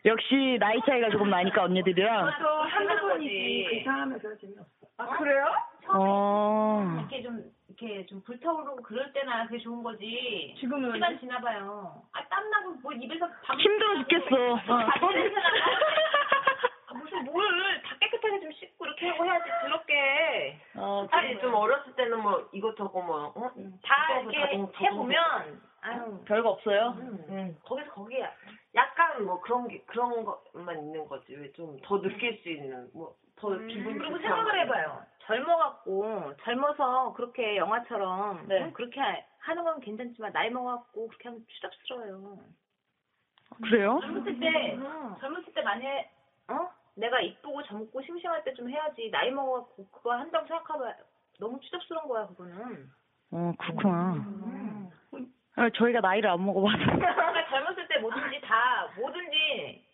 [SPEAKER 2] 역시 나이 차이가 조금 나니까 언니들이랑.
[SPEAKER 15] 저 한두 번이지. 그 사람은 별로 재미없어.
[SPEAKER 4] 아 그래요?
[SPEAKER 2] 어.
[SPEAKER 4] 이렇게 좀 이렇게 좀 불타오르고 그럴 때나 그게 좋은 거지.
[SPEAKER 2] 지금은
[SPEAKER 4] 시간 지나봐요. 아 땀나고 뭐 입에서 밥뭐
[SPEAKER 2] 힘들어 죽겠어. 어.
[SPEAKER 4] 밥 냄새나. 아, 무슨 뭘 다 깨끗하게 좀 씻고 이렇게 하고 해야지 더럽게.
[SPEAKER 15] 아니 좀 어렸을 때는 뭐 이것저것 뭐 어?
[SPEAKER 4] 음. 다
[SPEAKER 15] 이것저것
[SPEAKER 4] 이렇게
[SPEAKER 15] 자동- 자동-
[SPEAKER 4] 해보면 아유
[SPEAKER 2] 별거 없어요.
[SPEAKER 15] 음, 거기서 거기야. 약간 뭐 그런 게 그런 것만 있는 거지. 왜 좀 더 느낄 수 있는 뭐 더 기분
[SPEAKER 4] 음, 그리고
[SPEAKER 15] 좋지
[SPEAKER 4] 생각을
[SPEAKER 15] 않은
[SPEAKER 4] 해봐요. 젊어갖고 젊어서 그렇게 영화처럼
[SPEAKER 15] 네.
[SPEAKER 4] 음, 그렇게 하는 건 괜찮지만 나이 먹어갖고 그렇게 하면 추잡스러워요.
[SPEAKER 2] 그래요?
[SPEAKER 4] 젊었을 때 젊었을 때 많이 해- 어 내가 이쁘고 젊고 싱싱할 때 좀 해야지 나이 먹어갖고 그거 한다고 생각하면 너무 추잡스러운 거야 그거는.
[SPEAKER 2] 어, 그렇구나. 아, 저희가 나이를 안 먹어봐서.
[SPEAKER 4] 그러니까 젊었을 때 뭐든지 다 뭐든지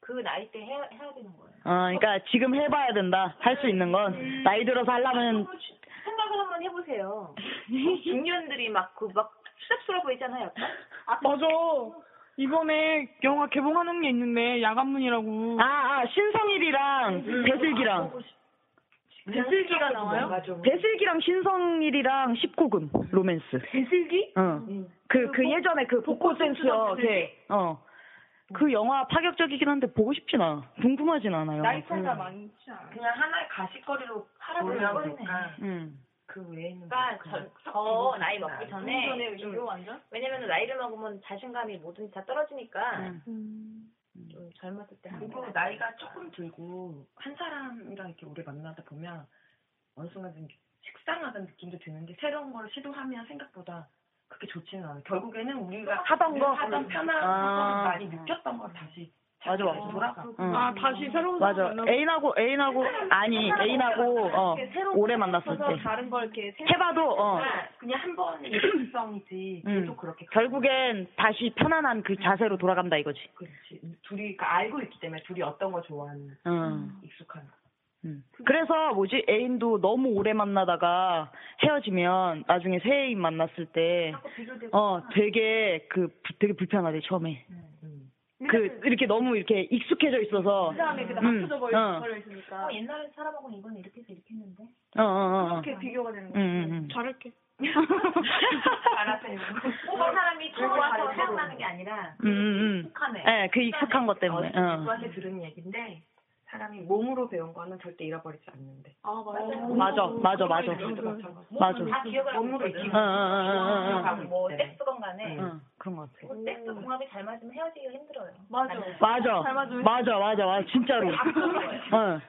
[SPEAKER 4] 그 나이 때 해야 해야 되는 거예요.
[SPEAKER 2] 어, 그러니까 지금 해봐야 된다. 할 수 있는 건 나이 들어서 하려면
[SPEAKER 4] 생각을 한번 해보세요. 중년들이 막 그 막 추잡스러워 보이잖아요. 약간.
[SPEAKER 20] 아, 맞아. 이번에 영화 개봉하는 게 있는데, 야간문이라고.
[SPEAKER 2] 아, 아, 신성일이랑 배슬기랑.
[SPEAKER 3] 네.
[SPEAKER 4] 그
[SPEAKER 15] 배슬기가 나와요?
[SPEAKER 2] 배슬기랑 신성일이랑 19금 로맨스. 배슬기? 어.
[SPEAKER 15] 음.
[SPEAKER 2] 그, 그 예전에 그 복고 센스어, 걔. 어. 그 영화 파격적이긴 한데 보고 싶진 않아. 궁금하진 않아요.
[SPEAKER 3] 음.
[SPEAKER 15] 차이가
[SPEAKER 3] 많지 않아.
[SPEAKER 15] 그냥 하나의 가시거리로
[SPEAKER 4] 하라고
[SPEAKER 15] 보면
[SPEAKER 4] 그러네.
[SPEAKER 15] 그러니까
[SPEAKER 2] 음.
[SPEAKER 15] 그 외에는
[SPEAKER 4] 그러니까 저, 더 나이 먹기 전에,
[SPEAKER 3] 전에
[SPEAKER 4] 좀-
[SPEAKER 3] 이거 완전?
[SPEAKER 4] 왜냐면 나이를 먹으면 자신감이 뭐든지 다 떨어지니까 좀 젊었을 때 하는
[SPEAKER 15] 그리고
[SPEAKER 4] 거
[SPEAKER 15] 나이가 조금 들고 한 사람이랑 이렇게 오래 만나다 보면 어느 순간 좀 식상하다는 느낌도 드는데 새로운 걸 시도하면 생각보다 그렇게 좋지는 않아요. 결국에는 우리가
[SPEAKER 2] 하던 거?
[SPEAKER 15] 우리가 하던 편한
[SPEAKER 2] 아.
[SPEAKER 15] 걸 많이 느꼈던 걸 다시
[SPEAKER 2] 맞아,
[SPEAKER 15] 자기가
[SPEAKER 2] 맞아.
[SPEAKER 15] 돌아가.
[SPEAKER 2] 응.
[SPEAKER 15] 음.
[SPEAKER 20] 아, 다시 새로운
[SPEAKER 2] 맞아.
[SPEAKER 20] 사람 만나고.
[SPEAKER 2] 애인하고, 애인하고, 아니, 애인하고, 어, 오래 만났을 때.
[SPEAKER 3] 다른 걸 이렇게
[SPEAKER 2] 해봐도, 어.
[SPEAKER 15] 그냥 한 번의 일회성이지
[SPEAKER 2] 음.
[SPEAKER 15] 계속 그렇게
[SPEAKER 2] 결국엔 다시 편안한 그 자세로 돌아간다 이거지.
[SPEAKER 15] 그렇지. 둘이 그 알고 있기 때문에 둘이 어떤 걸 좋아하는
[SPEAKER 2] 응.
[SPEAKER 15] 음. 익숙한 거.
[SPEAKER 2] 그래서 뭐지 애인도 너무 오래 만나다가 헤어지면 나중에 새 애인 만났을 때 어 되게 그 부- 되게 불편하대 처음에 그 이렇게 너무 이렇게 익숙해져 있어서
[SPEAKER 3] 그 다음에 그다
[SPEAKER 2] 음,
[SPEAKER 3] 맞춰져
[SPEAKER 2] 어.
[SPEAKER 3] 버려 있으니까. 옛날 사람하고는 이건 이렇게 해서 이렇게 했는데.
[SPEAKER 2] 어, 어, 어, 어.
[SPEAKER 3] 그렇게 비교가 되는
[SPEAKER 2] 음,
[SPEAKER 3] 거예요.
[SPEAKER 2] 음, 음.
[SPEAKER 3] 잘할게.
[SPEAKER 15] 아,
[SPEAKER 3] 잘하세요. 뽑은 사람이 처음 와서 생각나는 게 아니라
[SPEAKER 2] 음, 음, 음.
[SPEAKER 15] 익숙하네.
[SPEAKER 2] 예, 그 익숙한 것 때문에. 어.
[SPEAKER 15] 누구한테 들은 얘기인데 사람이 몸으로 배운 거는 절대 잃어버리지 않는데.
[SPEAKER 3] 아 맞아.
[SPEAKER 2] 어. 맞아, 맞아, 맞아.
[SPEAKER 4] 음.
[SPEAKER 3] 네.
[SPEAKER 2] 맞아.
[SPEAKER 3] 다 기억을
[SPEAKER 15] 몸으로
[SPEAKER 3] 하고
[SPEAKER 15] 익히고
[SPEAKER 2] 어, 어, 어, 어, 어, 어.
[SPEAKER 15] 네.
[SPEAKER 3] 뭐 섹스건 간에
[SPEAKER 2] 어, 그런 것 같아.
[SPEAKER 3] 뭐
[SPEAKER 15] 음.
[SPEAKER 3] 섹스 궁합이 잘 맞으면 헤어지기가 힘들어요. 맞아.
[SPEAKER 2] 맞아, 맞아, 맞아, 맞아, 진짜로. 어.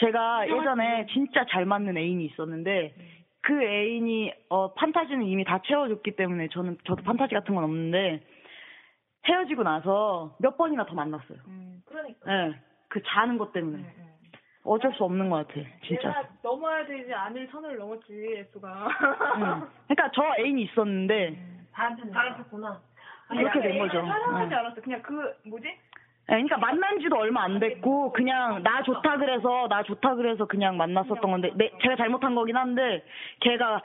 [SPEAKER 2] 제가 예전에 진짜 잘 맞는 애인이 있었는데 그 애인이 어 판타지는 이미 다 채워줬기 때문에 저는 저도 판타지 같은 건 없는데 헤어지고 나서 몇 번이나 더 만났어요.
[SPEAKER 3] 그러니까. 음,
[SPEAKER 2] 예, 그 자는 것 때문에 어쩔 수 없는 것 같아, 진짜.
[SPEAKER 3] 내가 넘어야 되지 않을 선을 넘었지 예수가. 음.
[SPEAKER 2] 응. 그러니까 저 애인이 있었는데
[SPEAKER 3] 다른 다르셨구나.
[SPEAKER 2] 이렇게 된 거죠. 네.
[SPEAKER 3] 사랑하지
[SPEAKER 2] 응.
[SPEAKER 3] 않았어. 그냥 그 뭐지?
[SPEAKER 2] 예, 그러니까 만난 지도 얼마 안 됐고 그냥 나 좋다 그래서 나 좋다 그래서 그냥 만났었던 건데 내, 제가 잘못한 거긴 한데 걔가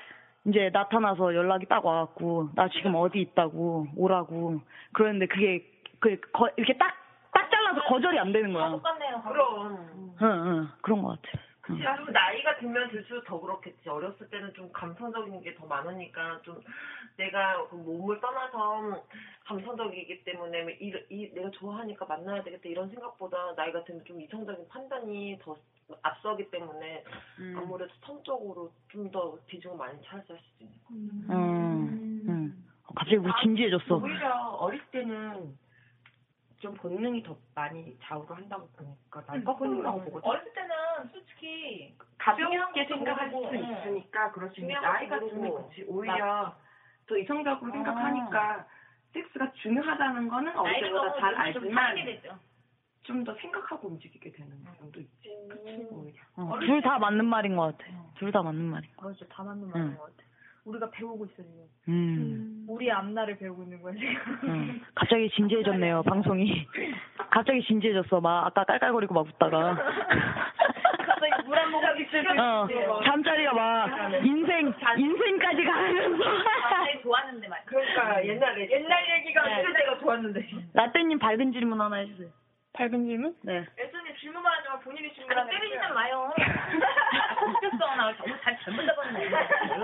[SPEAKER 2] 이제 나타나서 연락이 딱 와갖고 나 지금 어디 있다고 오라고 그러는데 그게 그 거, 이렇게 딱 딱 잘라서 거절이 안 되는 거야.
[SPEAKER 3] 똑같네요. 그럼.
[SPEAKER 2] 응, 응, 그런 것 같아. 응.
[SPEAKER 4] 사실 나이가 들면 들수록 더 그렇겠지. 어렸을 때는 좀 감성적인 게 더 많으니까 좀 내가 그 몸을 떠나서 감성적이기 때문에 뭐 이, 이- 내가 좋아하니까 만나야 되겠다 이런 생각보다 나이가 들면 좀 이성적인 판단이 더 앞서기 때문에
[SPEAKER 2] 음.
[SPEAKER 4] 아무래도 성적으로 좀 더 비중을 많이 차지할 수도 있는 것
[SPEAKER 2] 음, 음. 어, 갑자기 우리 진지해졌어.
[SPEAKER 15] 오히려 어릴 때는 좀 본능이 더 많이 좌우를 한다고 보니까 날
[SPEAKER 3] 음,
[SPEAKER 15] 꺾어낸다고 보고
[SPEAKER 3] 어렸을 때는 솔직히
[SPEAKER 15] 가볍게 생각할 수
[SPEAKER 3] 모르고, 응.
[SPEAKER 15] 있으니까 그럴 수 있는데
[SPEAKER 3] 중요한 거
[SPEAKER 15] 나이가
[SPEAKER 3] 모르고.
[SPEAKER 15] 들면 그렇지 오히려 더
[SPEAKER 2] 아.
[SPEAKER 15] 이성적으로 생각하니까 섹스가 중요하다는 거는 어릴
[SPEAKER 3] 나이가
[SPEAKER 15] 때보다
[SPEAKER 3] 먹으면
[SPEAKER 15] 잘
[SPEAKER 3] 눈이 좀
[SPEAKER 15] 알지만
[SPEAKER 3] 상하게 되죠.
[SPEAKER 15] 좀 더 생각하고 움직이게 되는 경우도 있지 그치 오히려
[SPEAKER 2] 어, 둘 다 맞는 말인 것 같아. 둘 다 맞는 말인 것
[SPEAKER 3] 아, 진짜 다
[SPEAKER 15] 음.
[SPEAKER 3] 맞는
[SPEAKER 2] 같아.
[SPEAKER 3] 말인
[SPEAKER 2] 응.
[SPEAKER 3] 것 같아. 우리가 배우고 있어요. 지금.
[SPEAKER 2] 음.
[SPEAKER 3] 우리 앞날을 배우고 있는 거야 지금.
[SPEAKER 2] 응. 갑자기 진지해졌네요, 방송이. 갑자기 진지해졌어. 막 아까 깔깔거리고 막 웃다가.
[SPEAKER 3] 갑자기 물 한 모금 있을 때.
[SPEAKER 2] 어, 잠자리가 막 인생 인생까지 가면서.
[SPEAKER 3] 갑자기 좋았는데 말이야.
[SPEAKER 15] 음.
[SPEAKER 4] 그러니까 옛날에
[SPEAKER 3] 옛날 얘기가
[SPEAKER 2] 네.
[SPEAKER 3] 그럴 때가 좋았는데.
[SPEAKER 2] 라떼님 밝은 질문 하나 해주세요.
[SPEAKER 18] 밝은 질문?
[SPEAKER 2] 네.
[SPEAKER 3] 예수님 질문만 하지 마. 본인이 질문하는 아, 때리지 마요. 공격성 나올 정말 잘 잘못 잡았네.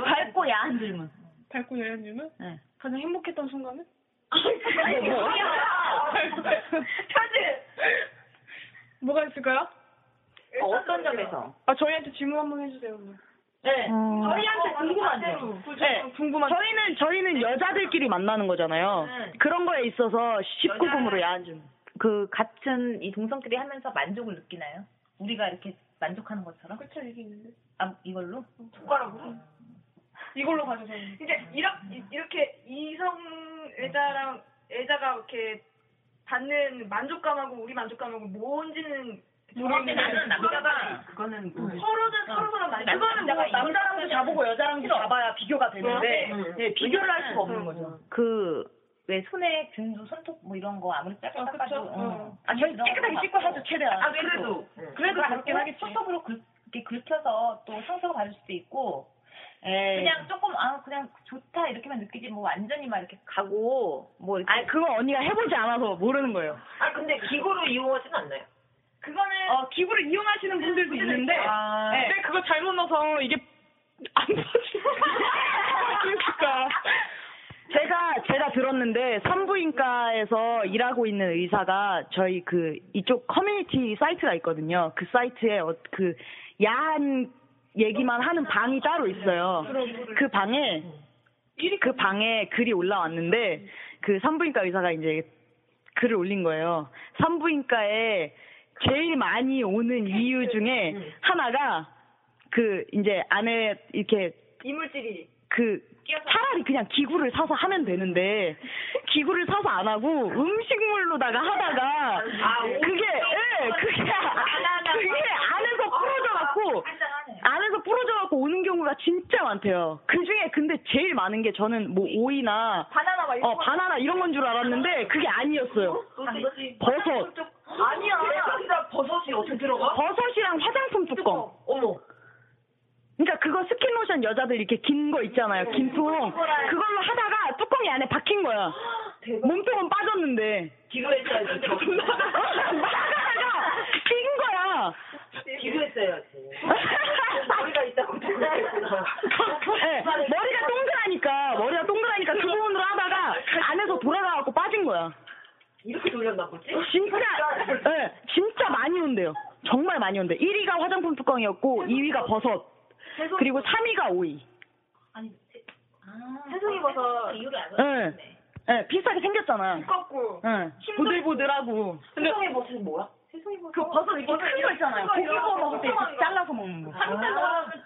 [SPEAKER 2] 밝고 야한 질문.
[SPEAKER 18] 밝고 야한 질문?
[SPEAKER 2] 네.
[SPEAKER 18] 가장 행복했던 순간은?
[SPEAKER 3] 아니, 뭐야. 어.
[SPEAKER 18] 사실 뭐가 있을까요?
[SPEAKER 3] 어떤 점에서?
[SPEAKER 18] 아 저희한테 질문 한번 해주세요. 언니.
[SPEAKER 3] 네.
[SPEAKER 2] 음.
[SPEAKER 21] 어.
[SPEAKER 3] 저희한테 궁금한 점.
[SPEAKER 2] 네, 저희는 저희는 여자들끼리 만나는 거잖아요.
[SPEAKER 3] 음.
[SPEAKER 2] 그런 거에 있어서 19금으로 야한 질문.
[SPEAKER 21] 네. 그 같은 이 동성끼리 하면서 만족을 느끼나요? 우리가 이렇게 만족하는 것처럼?
[SPEAKER 18] 그쵸 이게 있는데.
[SPEAKER 21] 아 이걸로?
[SPEAKER 3] 젓가락으로?
[SPEAKER 18] 이걸로 가져가는.
[SPEAKER 3] 이제 이렇 이렇게 이성 애자랑 애자가 이렇게 받는 만족감하고 우리 만족감하고 뭔지는
[SPEAKER 21] 모르겠는데 나는 남자가
[SPEAKER 15] 그거는
[SPEAKER 3] 서로는 서로서로 만족.
[SPEAKER 22] 그거는 뭐 남자랑도 자보고 여자랑도 자봐야 비교가 되는데
[SPEAKER 21] 음.
[SPEAKER 22] 예, 비교를 할 수가 없는 거죠.
[SPEAKER 2] 음.
[SPEAKER 21] 그 왜 손에 균도 손톱 뭐 이런 거 아무리 짧게 깎아도 어.
[SPEAKER 22] 아, 저희 깨끗하게 씻고 하죠, 최대한.
[SPEAKER 21] 아 그래도
[SPEAKER 22] 응.
[SPEAKER 21] 그래도
[SPEAKER 22] 그렇긴
[SPEAKER 21] 그렇게
[SPEAKER 22] 하겠지.
[SPEAKER 21] 손톱으로 긁, 이렇게 긁혀서 또 상처가 받을 수도 있고 그냥 조금 아 그냥 좋다 이렇게만 느끼지 뭐 완전히 막 이렇게 가고 뭐 이렇게
[SPEAKER 2] 아니 그거 언니가 해보지 않아서 모르는 거예요.
[SPEAKER 4] 아 근데 기구로 이용하진 않나요?
[SPEAKER 3] 그거는
[SPEAKER 18] 어 기구를 이용하시는 분들도 있는데,
[SPEAKER 4] 아.
[SPEAKER 18] 근데 그거 잘못 넣어서 이게 안 터지는 그러니까
[SPEAKER 2] 제가 제가 들었는데 산부인과에서 일하고 있는 의사가 저희 그 이쪽 커뮤니티 사이트가 있거든요. 그 사이트에 어, 그 야한 얘기만 하는 방이 따로 있어요. 그 방에 그 방에 글이 올라왔는데 그 산부인과 의사가 이제 글을 올린 거예요. 산부인과에 제일 많이 오는 이유 중에 하나가 그 이제 안에 이렇게
[SPEAKER 3] 이물질이
[SPEAKER 2] 그 차라리 그냥 기구를 사서 하면 되는데 기구를 사서 안 하고 음식물로다가 하다가 그게 예 그게 그게 안에서 부러져 갖고 안에서 부러져 갖고 오는 경우가 진짜 많대요. 그 중에 근데 제일 많은 게 저는 뭐 오이나
[SPEAKER 3] 바나나 막 이런
[SPEAKER 2] 어
[SPEAKER 3] 거.
[SPEAKER 2] 바나나 이런 건 줄 알았는데 그게 아니었어요.
[SPEAKER 4] 소시지.
[SPEAKER 2] 버섯
[SPEAKER 4] 아니야. 소시지랑 버섯이 어떻게 들어가?
[SPEAKER 2] 버섯이랑 화장품 뚜껑.
[SPEAKER 4] 어머.
[SPEAKER 2] 그러니까 그거 스킨 로션 여자들 이렇게 긴 거 있잖아요. 긴 통. 그걸로 하다가 뚜껑이 안에 박힌 거야. 몸통은 빠졌는데.
[SPEAKER 4] 기도했어야지.
[SPEAKER 2] 막아다가 뛴 거야.
[SPEAKER 4] 기도했어야지. 머리가 있다고 생각했구나. 아,
[SPEAKER 2] 예, 머리가 동그라니까 머리가 동그라니까 두 번으로 하다가 안에서 돌아가갖고 빠진 거야.
[SPEAKER 4] 이렇게 돌렸나 보지?
[SPEAKER 2] 진짜 예, 진짜 많이 온대요. 정말 많이 온대. 1위가 화장품 뚜껑이었고 2위가 버섯. 그리고 3위가 오이.
[SPEAKER 4] 세상이 봐서 이유를 안
[SPEAKER 2] 예. 예, 비슷하게 생겼잖아.
[SPEAKER 4] 두껍고.
[SPEAKER 2] 예. 보들보들하고.
[SPEAKER 4] 세상이 뭐지 뭐야? 세상이 뭐. 그 버섯
[SPEAKER 23] 이렇게 큰거 있잖아요. 고기 구워 먹을 때 이렇게 잘라서 먹는 거.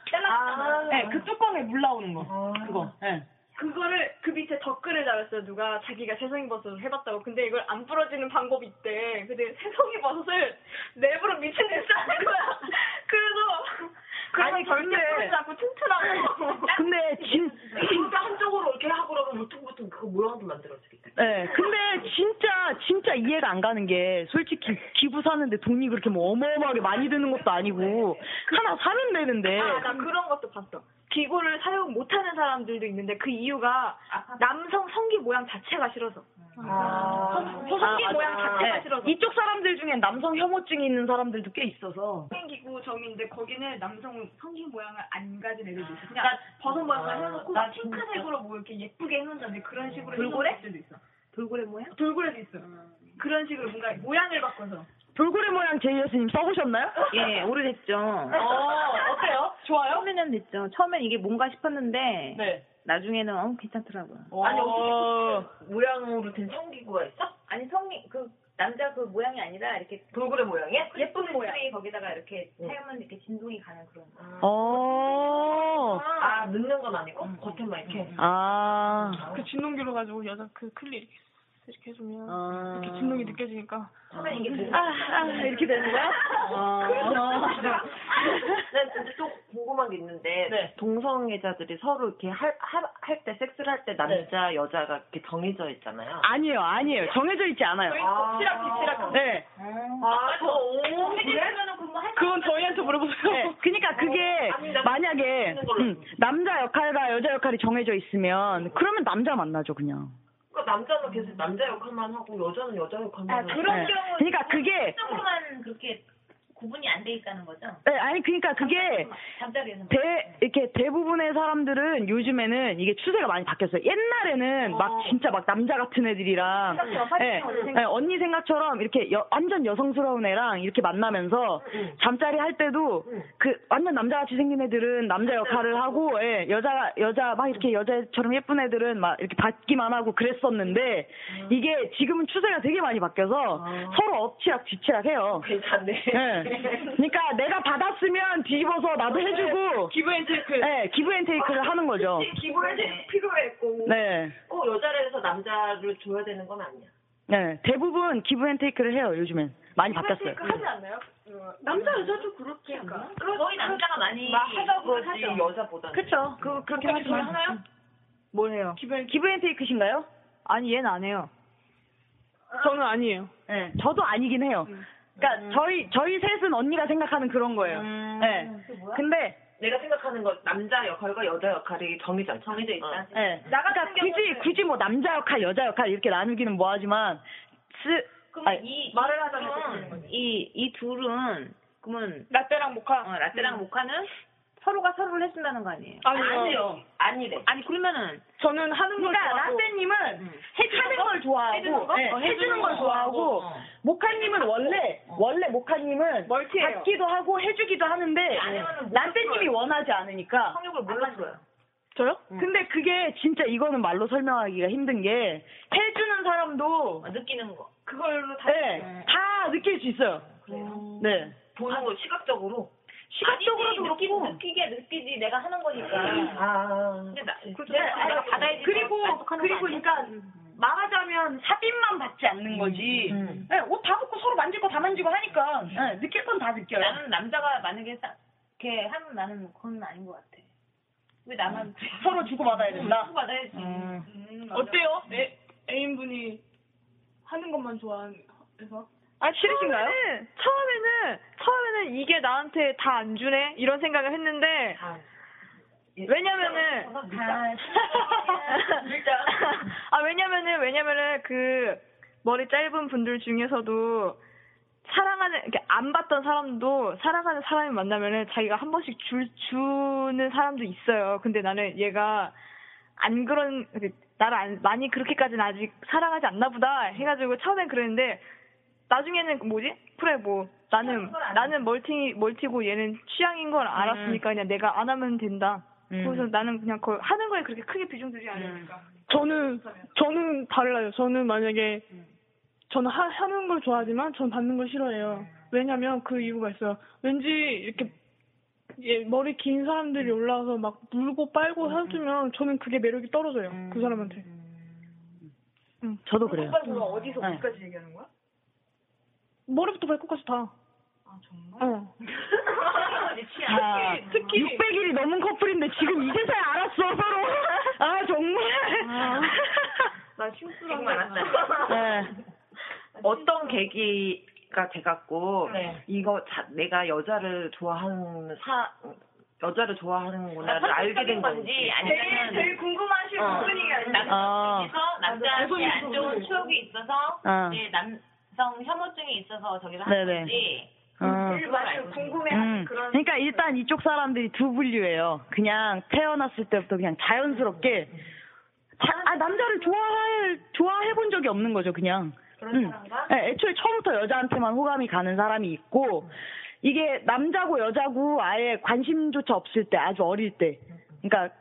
[SPEAKER 4] 잘라.
[SPEAKER 23] 네, 그 뚜껑에 물 나오는 거. 그거. 예.
[SPEAKER 2] 네.
[SPEAKER 3] 그거를 그 밑에 댓글을 달았어요. 누가 자기가 새송이 버섯을 해봤다고. 근데 이걸 안 부러지는 방법이 있대. 근데 새송이 버섯을 랩으로 미친 듯이 하는 거야. 그래서 그래서
[SPEAKER 4] 아니,
[SPEAKER 3] 절대
[SPEAKER 4] 근데-
[SPEAKER 3] 부러지지 않고 튼튼하고.
[SPEAKER 2] 근데 진
[SPEAKER 4] 진짜 한쪽으로 이렇게 하고 그러면 울퉁불퉁 그거 모양도 만들어 주겠다.
[SPEAKER 2] 예, 근데 진짜 진짜 이해가 안 가는 게 솔직히 기부 사는데 돈이 그렇게 뭐 어마어마하게 많이 드는 것도 아니고 하나 사면
[SPEAKER 4] 예.
[SPEAKER 2] 되는데.
[SPEAKER 3] 아, 나 그런 것도 봤어. 기구를 사용 못하는 사람들도 있는데 그 이유가 남성 성기 모양 자체가 싫어서. 성- 성기
[SPEAKER 2] 아,
[SPEAKER 3] 모양
[SPEAKER 2] 맞아.
[SPEAKER 3] 자체가
[SPEAKER 2] 예,
[SPEAKER 3] 싫어서.
[SPEAKER 2] 이쪽 사람들 중엔 남성 혐오증이 있는 사람들도 꽤 있어서.
[SPEAKER 3] 기구 정인데 거기는 남성 성기 모양을 안 가진 애들도 있어. 그냥 버섯
[SPEAKER 4] 아,
[SPEAKER 3] 모양만 해놓고 핑크색으로 뭐 이렇게 예쁘게 해놓는다든지 그런 식으로
[SPEAKER 4] 돌고래? 아,
[SPEAKER 3] 해놓은 애들도 있어. 돌고래 모양? 돌고래도 있어.
[SPEAKER 4] 네.
[SPEAKER 3] 그런 식으로 뭔가 모양을 바꿔서.
[SPEAKER 2] 돌고래 모양 제이 여수님 써보셨나요?
[SPEAKER 24] 예, 오래됐죠.
[SPEAKER 4] 아.
[SPEAKER 2] 어, 어때요? 네.
[SPEAKER 24] 좋아요? 처음에는 됐죠. 처음엔 이게 뭔가 싶었는데 나중에는 어, 괜찮더라고요.
[SPEAKER 4] 아니 어떻게 모양으로 된 성기구가 있어?
[SPEAKER 24] 아니 성이 그 남자 그 모양이 아니라 이렇게
[SPEAKER 4] 돌고래 모양이야?
[SPEAKER 24] 예쁜
[SPEAKER 4] 모양.
[SPEAKER 24] 모양이 거기다가 이렇게 세우면 이렇게 진동이 가는 그런 거.
[SPEAKER 2] 어.
[SPEAKER 4] 아 넣는 건 아니고 겉에만 이렇게.
[SPEAKER 2] 아.
[SPEAKER 15] 그 진동기로 가지고 여자 그 클리 이렇게 이렇게 해주면
[SPEAKER 2] 아.
[SPEAKER 15] 이렇게 진동이 느껴지니까
[SPEAKER 4] 처음엔 이게 되는
[SPEAKER 15] 아,
[SPEAKER 4] 거야.
[SPEAKER 15] 아, 이렇게 되는 거야?
[SPEAKER 4] 아.
[SPEAKER 3] 어.
[SPEAKER 15] 아.
[SPEAKER 4] 난 근데 또 궁금한 게 있는데 동성애자들이 서로 이렇게 할할때 섹스를 할 때 남자 여자가 이렇게 정해져 있잖아요.
[SPEAKER 2] 아니에요, 아니에요. 정해져 있지 않아요.
[SPEAKER 4] 덕지락 뒷지락.
[SPEAKER 2] 네.
[SPEAKER 4] 아, 저 오. 그러면은 그거 할
[SPEAKER 2] 그건 저희한테 물어보세요. 네. 그러니까 그게 만약에 음, 남자 역할과 여자 역할이 정해져 있으면 그러면 남자 만나죠, 그냥.
[SPEAKER 4] 그러니까 남자는 계속 남자 역할만 하고 여자는 여자 역할만
[SPEAKER 24] 아,
[SPEAKER 4] 하고.
[SPEAKER 2] 네. 그러니까 그게
[SPEAKER 24] 한쪽으로만 그렇게 구분이 안 돼 있다는 거죠?
[SPEAKER 2] 네, 아니 그러니까
[SPEAKER 4] 네.
[SPEAKER 2] 그게
[SPEAKER 24] 잠자리에서
[SPEAKER 2] 대 이렇게 대부분의 사람들은 요즘에는 이게 추세가 많이 바뀌었어요. 옛날에는 막
[SPEAKER 4] 어.
[SPEAKER 2] 진짜 막 남자 같은 애들이랑
[SPEAKER 4] 생각해요. 파티
[SPEAKER 2] 예,
[SPEAKER 4] 언니 그 생각.
[SPEAKER 2] 예, 언니 생각처럼 이렇게 여- 완전 여성스러운 애랑 이렇게 만나면서 잠자리 할 때도 그 완전 남자같이 생긴 애들은 남자 역할을 하고 예, 여자 여자 막 이렇게 여자처럼 예쁜 애들은 막 이렇게 받기만 하고 그랬었는데
[SPEAKER 4] 음.
[SPEAKER 2] 이게 지금은 추세가 되게 많이 바뀌어서
[SPEAKER 4] 아.
[SPEAKER 2] 서로 엎치락 뒤치락 해요.
[SPEAKER 4] 괜찮네.
[SPEAKER 2] 그러니까 내가 받았으면 뒤집어서 나도 해주고
[SPEAKER 4] 기부 앤테이크.
[SPEAKER 2] 네, 기부 앤테이크를 하는 거죠.
[SPEAKER 4] 기부할 때 필요했고.
[SPEAKER 2] 네.
[SPEAKER 4] 꼭 어, 여자를 해서 남자를 줘야 되는 건 아니야.
[SPEAKER 2] 네, 대부분 기부 앤테이크를 해요 요즘엔 많이 바뀌었어요.
[SPEAKER 24] 네,
[SPEAKER 4] 하지 않나요?
[SPEAKER 3] 어, 남자 여자도 그렇게 하나?
[SPEAKER 4] 거의
[SPEAKER 24] 남자가 많이
[SPEAKER 4] 막 하다 보지
[SPEAKER 24] 하죠.
[SPEAKER 4] 여자보다는.
[SPEAKER 2] 그쵸? 그 그렇게 하지
[SPEAKER 4] 둘
[SPEAKER 2] 마.
[SPEAKER 4] 하나요?
[SPEAKER 2] 뭘 해요? 기부 앤테이크신가요? 아니 얘는 안 해요. 저는 아니에요. 네, 저도 아니긴 해요. 그러니까 저희 저희 셋은 언니가 생각하는 그런 거예요. 네. 근데
[SPEAKER 4] 내가 생각하는 건 남자 역할과 여자 역할이 정해져 정해져 있다. 어.
[SPEAKER 2] 예. 나 같은 그러니까 굳이 굳이 뭐 남자 역할 여자 역할 이렇게 나누기는 뭐하지만 쓰 아니,
[SPEAKER 24] 이
[SPEAKER 4] 말을 하자면
[SPEAKER 24] 이이 둘은 그러면 라떼랑 모카 어, 라떼랑
[SPEAKER 3] 음.
[SPEAKER 4] 음.
[SPEAKER 24] 모카는 서로가 서로를 해준다는 거 아니에요?
[SPEAKER 15] 아니요.
[SPEAKER 24] 아니래. 아니 그러면은
[SPEAKER 15] 저는 하는 걸
[SPEAKER 2] 그러니까
[SPEAKER 15] 좋아하고
[SPEAKER 2] 라떼님은 해주는 걸 좋아하고
[SPEAKER 24] 뭐,
[SPEAKER 15] 해주는 거?
[SPEAKER 24] 네,
[SPEAKER 2] 예,
[SPEAKER 15] 어,
[SPEAKER 2] 해주는 걸 좋아하고
[SPEAKER 4] 어.
[SPEAKER 2] 어. 모카님은 원래 원래 모카님은 받기도 하고 네, 해주기도 하는데 라떼님이 원하지 않으니까 음.
[SPEAKER 4] 성욕을 몰라줘요.
[SPEAKER 2] 저요? 근데 그게 진짜 이거는 말로 설명하기가 힘든 게 해주는 사람도
[SPEAKER 24] 어,
[SPEAKER 4] 느끼는 거. 그걸로 다.
[SPEAKER 2] 네, 다 느낄 수 있어요.
[SPEAKER 4] 그래요.
[SPEAKER 2] 네.
[SPEAKER 4] 보는 거 시각적으로.
[SPEAKER 24] 시각적으로도 그렇고 느끼게 느끼지 내가 하는 거니까.
[SPEAKER 3] 음.
[SPEAKER 4] 아.
[SPEAKER 24] 근데 나,
[SPEAKER 4] 그렇죠.
[SPEAKER 2] 네,
[SPEAKER 24] 내가 받아- 받아야지.
[SPEAKER 2] 그리고
[SPEAKER 24] 만족하는 거
[SPEAKER 2] 그리고
[SPEAKER 24] 아니야?
[SPEAKER 2] 그러니까 말하자면 삽입만 받지 않는 거지. 네, 옷 다 벗고 서로 만질 거 다 만지고 하니까 예, 느낄 건 다 느껴요.
[SPEAKER 24] 나는 남자가 만약에 딱 이렇게 하면 나는 뭐 그건 아닌 것 같아. 왜 나만
[SPEAKER 2] 서로 주고 받아야 된다.
[SPEAKER 24] 주고 받아야지.
[SPEAKER 3] 음.
[SPEAKER 24] 음.
[SPEAKER 15] 어때요? 애, 애인분이 하는 것만 좋아해서?
[SPEAKER 18] 아, 싫으신가요? 처음에는, 아, 처음에는, 처음에는 이게 나한테 다 안 주네? 이런 생각을 했는데, 왜냐면은 아 왜냐면은 왜냐면은 그 머리 짧은 분들 중에서도 사랑하는 이렇게 안 봤던 사람도 사랑하는 사람이 만나면은 자기가 한 번씩 줄 주는 사람도 있어요. 근데 나는 얘가 안 그런 나를 안- 많이 그렇게까지는 아직 사랑하지 않나 보다 해가지고 처음엔 그랬는데 나중에는 뭐지? 그래 뭐 나는 나는 멀티 멀티고 얘는 취향인 걸 알았으니까 그냥 내가 안 하면 된다.
[SPEAKER 25] 음.
[SPEAKER 2] 음.
[SPEAKER 18] 그래서 나는 그냥 그 하는 거에 그렇게 크게 비중 두지 않으니까.
[SPEAKER 25] 저는 저는 달라요. 저는 만약에
[SPEAKER 18] 음.
[SPEAKER 25] 저는 하, 하는 걸 좋아하지만 전 받는 걸
[SPEAKER 18] 네.
[SPEAKER 25] 싫어해요. 왜냐면 그 이유가 있어요. 왠지 이렇게 예, 머리 긴 사람들이
[SPEAKER 18] 음.
[SPEAKER 25] 올라와서 막 물고 빨고 해주면 저는 그게 매력이 떨어져요.
[SPEAKER 18] 음,
[SPEAKER 25] 그 사람한테.
[SPEAKER 2] 저도 그래요.
[SPEAKER 3] 뭐
[SPEAKER 25] 그럼 어디서
[SPEAKER 2] 네.
[SPEAKER 25] 어디까지 얘기하는 거야? 머리부터 발끝까지 다. 아 정말? 어.
[SPEAKER 2] 아, 600일이 넘은 커플인데 지금 이제서야 알았어 서로. 아 정말.
[SPEAKER 26] 나 흉수랑
[SPEAKER 2] 네.
[SPEAKER 4] 어떤 계기가 돼갖고
[SPEAKER 27] 네.
[SPEAKER 4] 이거 자- 내가 여자를 좋아하는 사 여자를 좋아하는구나를
[SPEAKER 27] 아,
[SPEAKER 4] 알게
[SPEAKER 27] 선택적인
[SPEAKER 4] 된 건지
[SPEAKER 27] 건지
[SPEAKER 4] 아니면
[SPEAKER 27] 아니면은- 제일 궁금하신
[SPEAKER 24] 어.
[SPEAKER 27] 부분이
[SPEAKER 18] 네.
[SPEAKER 27] 아니라
[SPEAKER 3] 남성에서 남자한테 안 좋은
[SPEAKER 27] 부분이.
[SPEAKER 3] 추억이 있어서
[SPEAKER 4] 아.
[SPEAKER 2] 어.
[SPEAKER 3] 이제 남성 혐오증이 있어서 저기를 하는
[SPEAKER 2] 네네.
[SPEAKER 3] 건지
[SPEAKER 2] 어.
[SPEAKER 3] 궁금해하는
[SPEAKER 2] 음. 그러니까 일단 이쪽 사람들이 두 분류예요. 그냥 태어났을 때부터 그냥 자연스럽게 자- 아, 남자를 좋아할 좋아해 본 적이 없는 거죠, 그냥.
[SPEAKER 27] 그런
[SPEAKER 2] 음.
[SPEAKER 27] 사람과?
[SPEAKER 2] 네, 애초에 처음부터 여자한테만 호감이 가는 사람이 있고 이게 남자고 여자고 아예 관심조차 없을 때 아주 어릴 때. 그러니까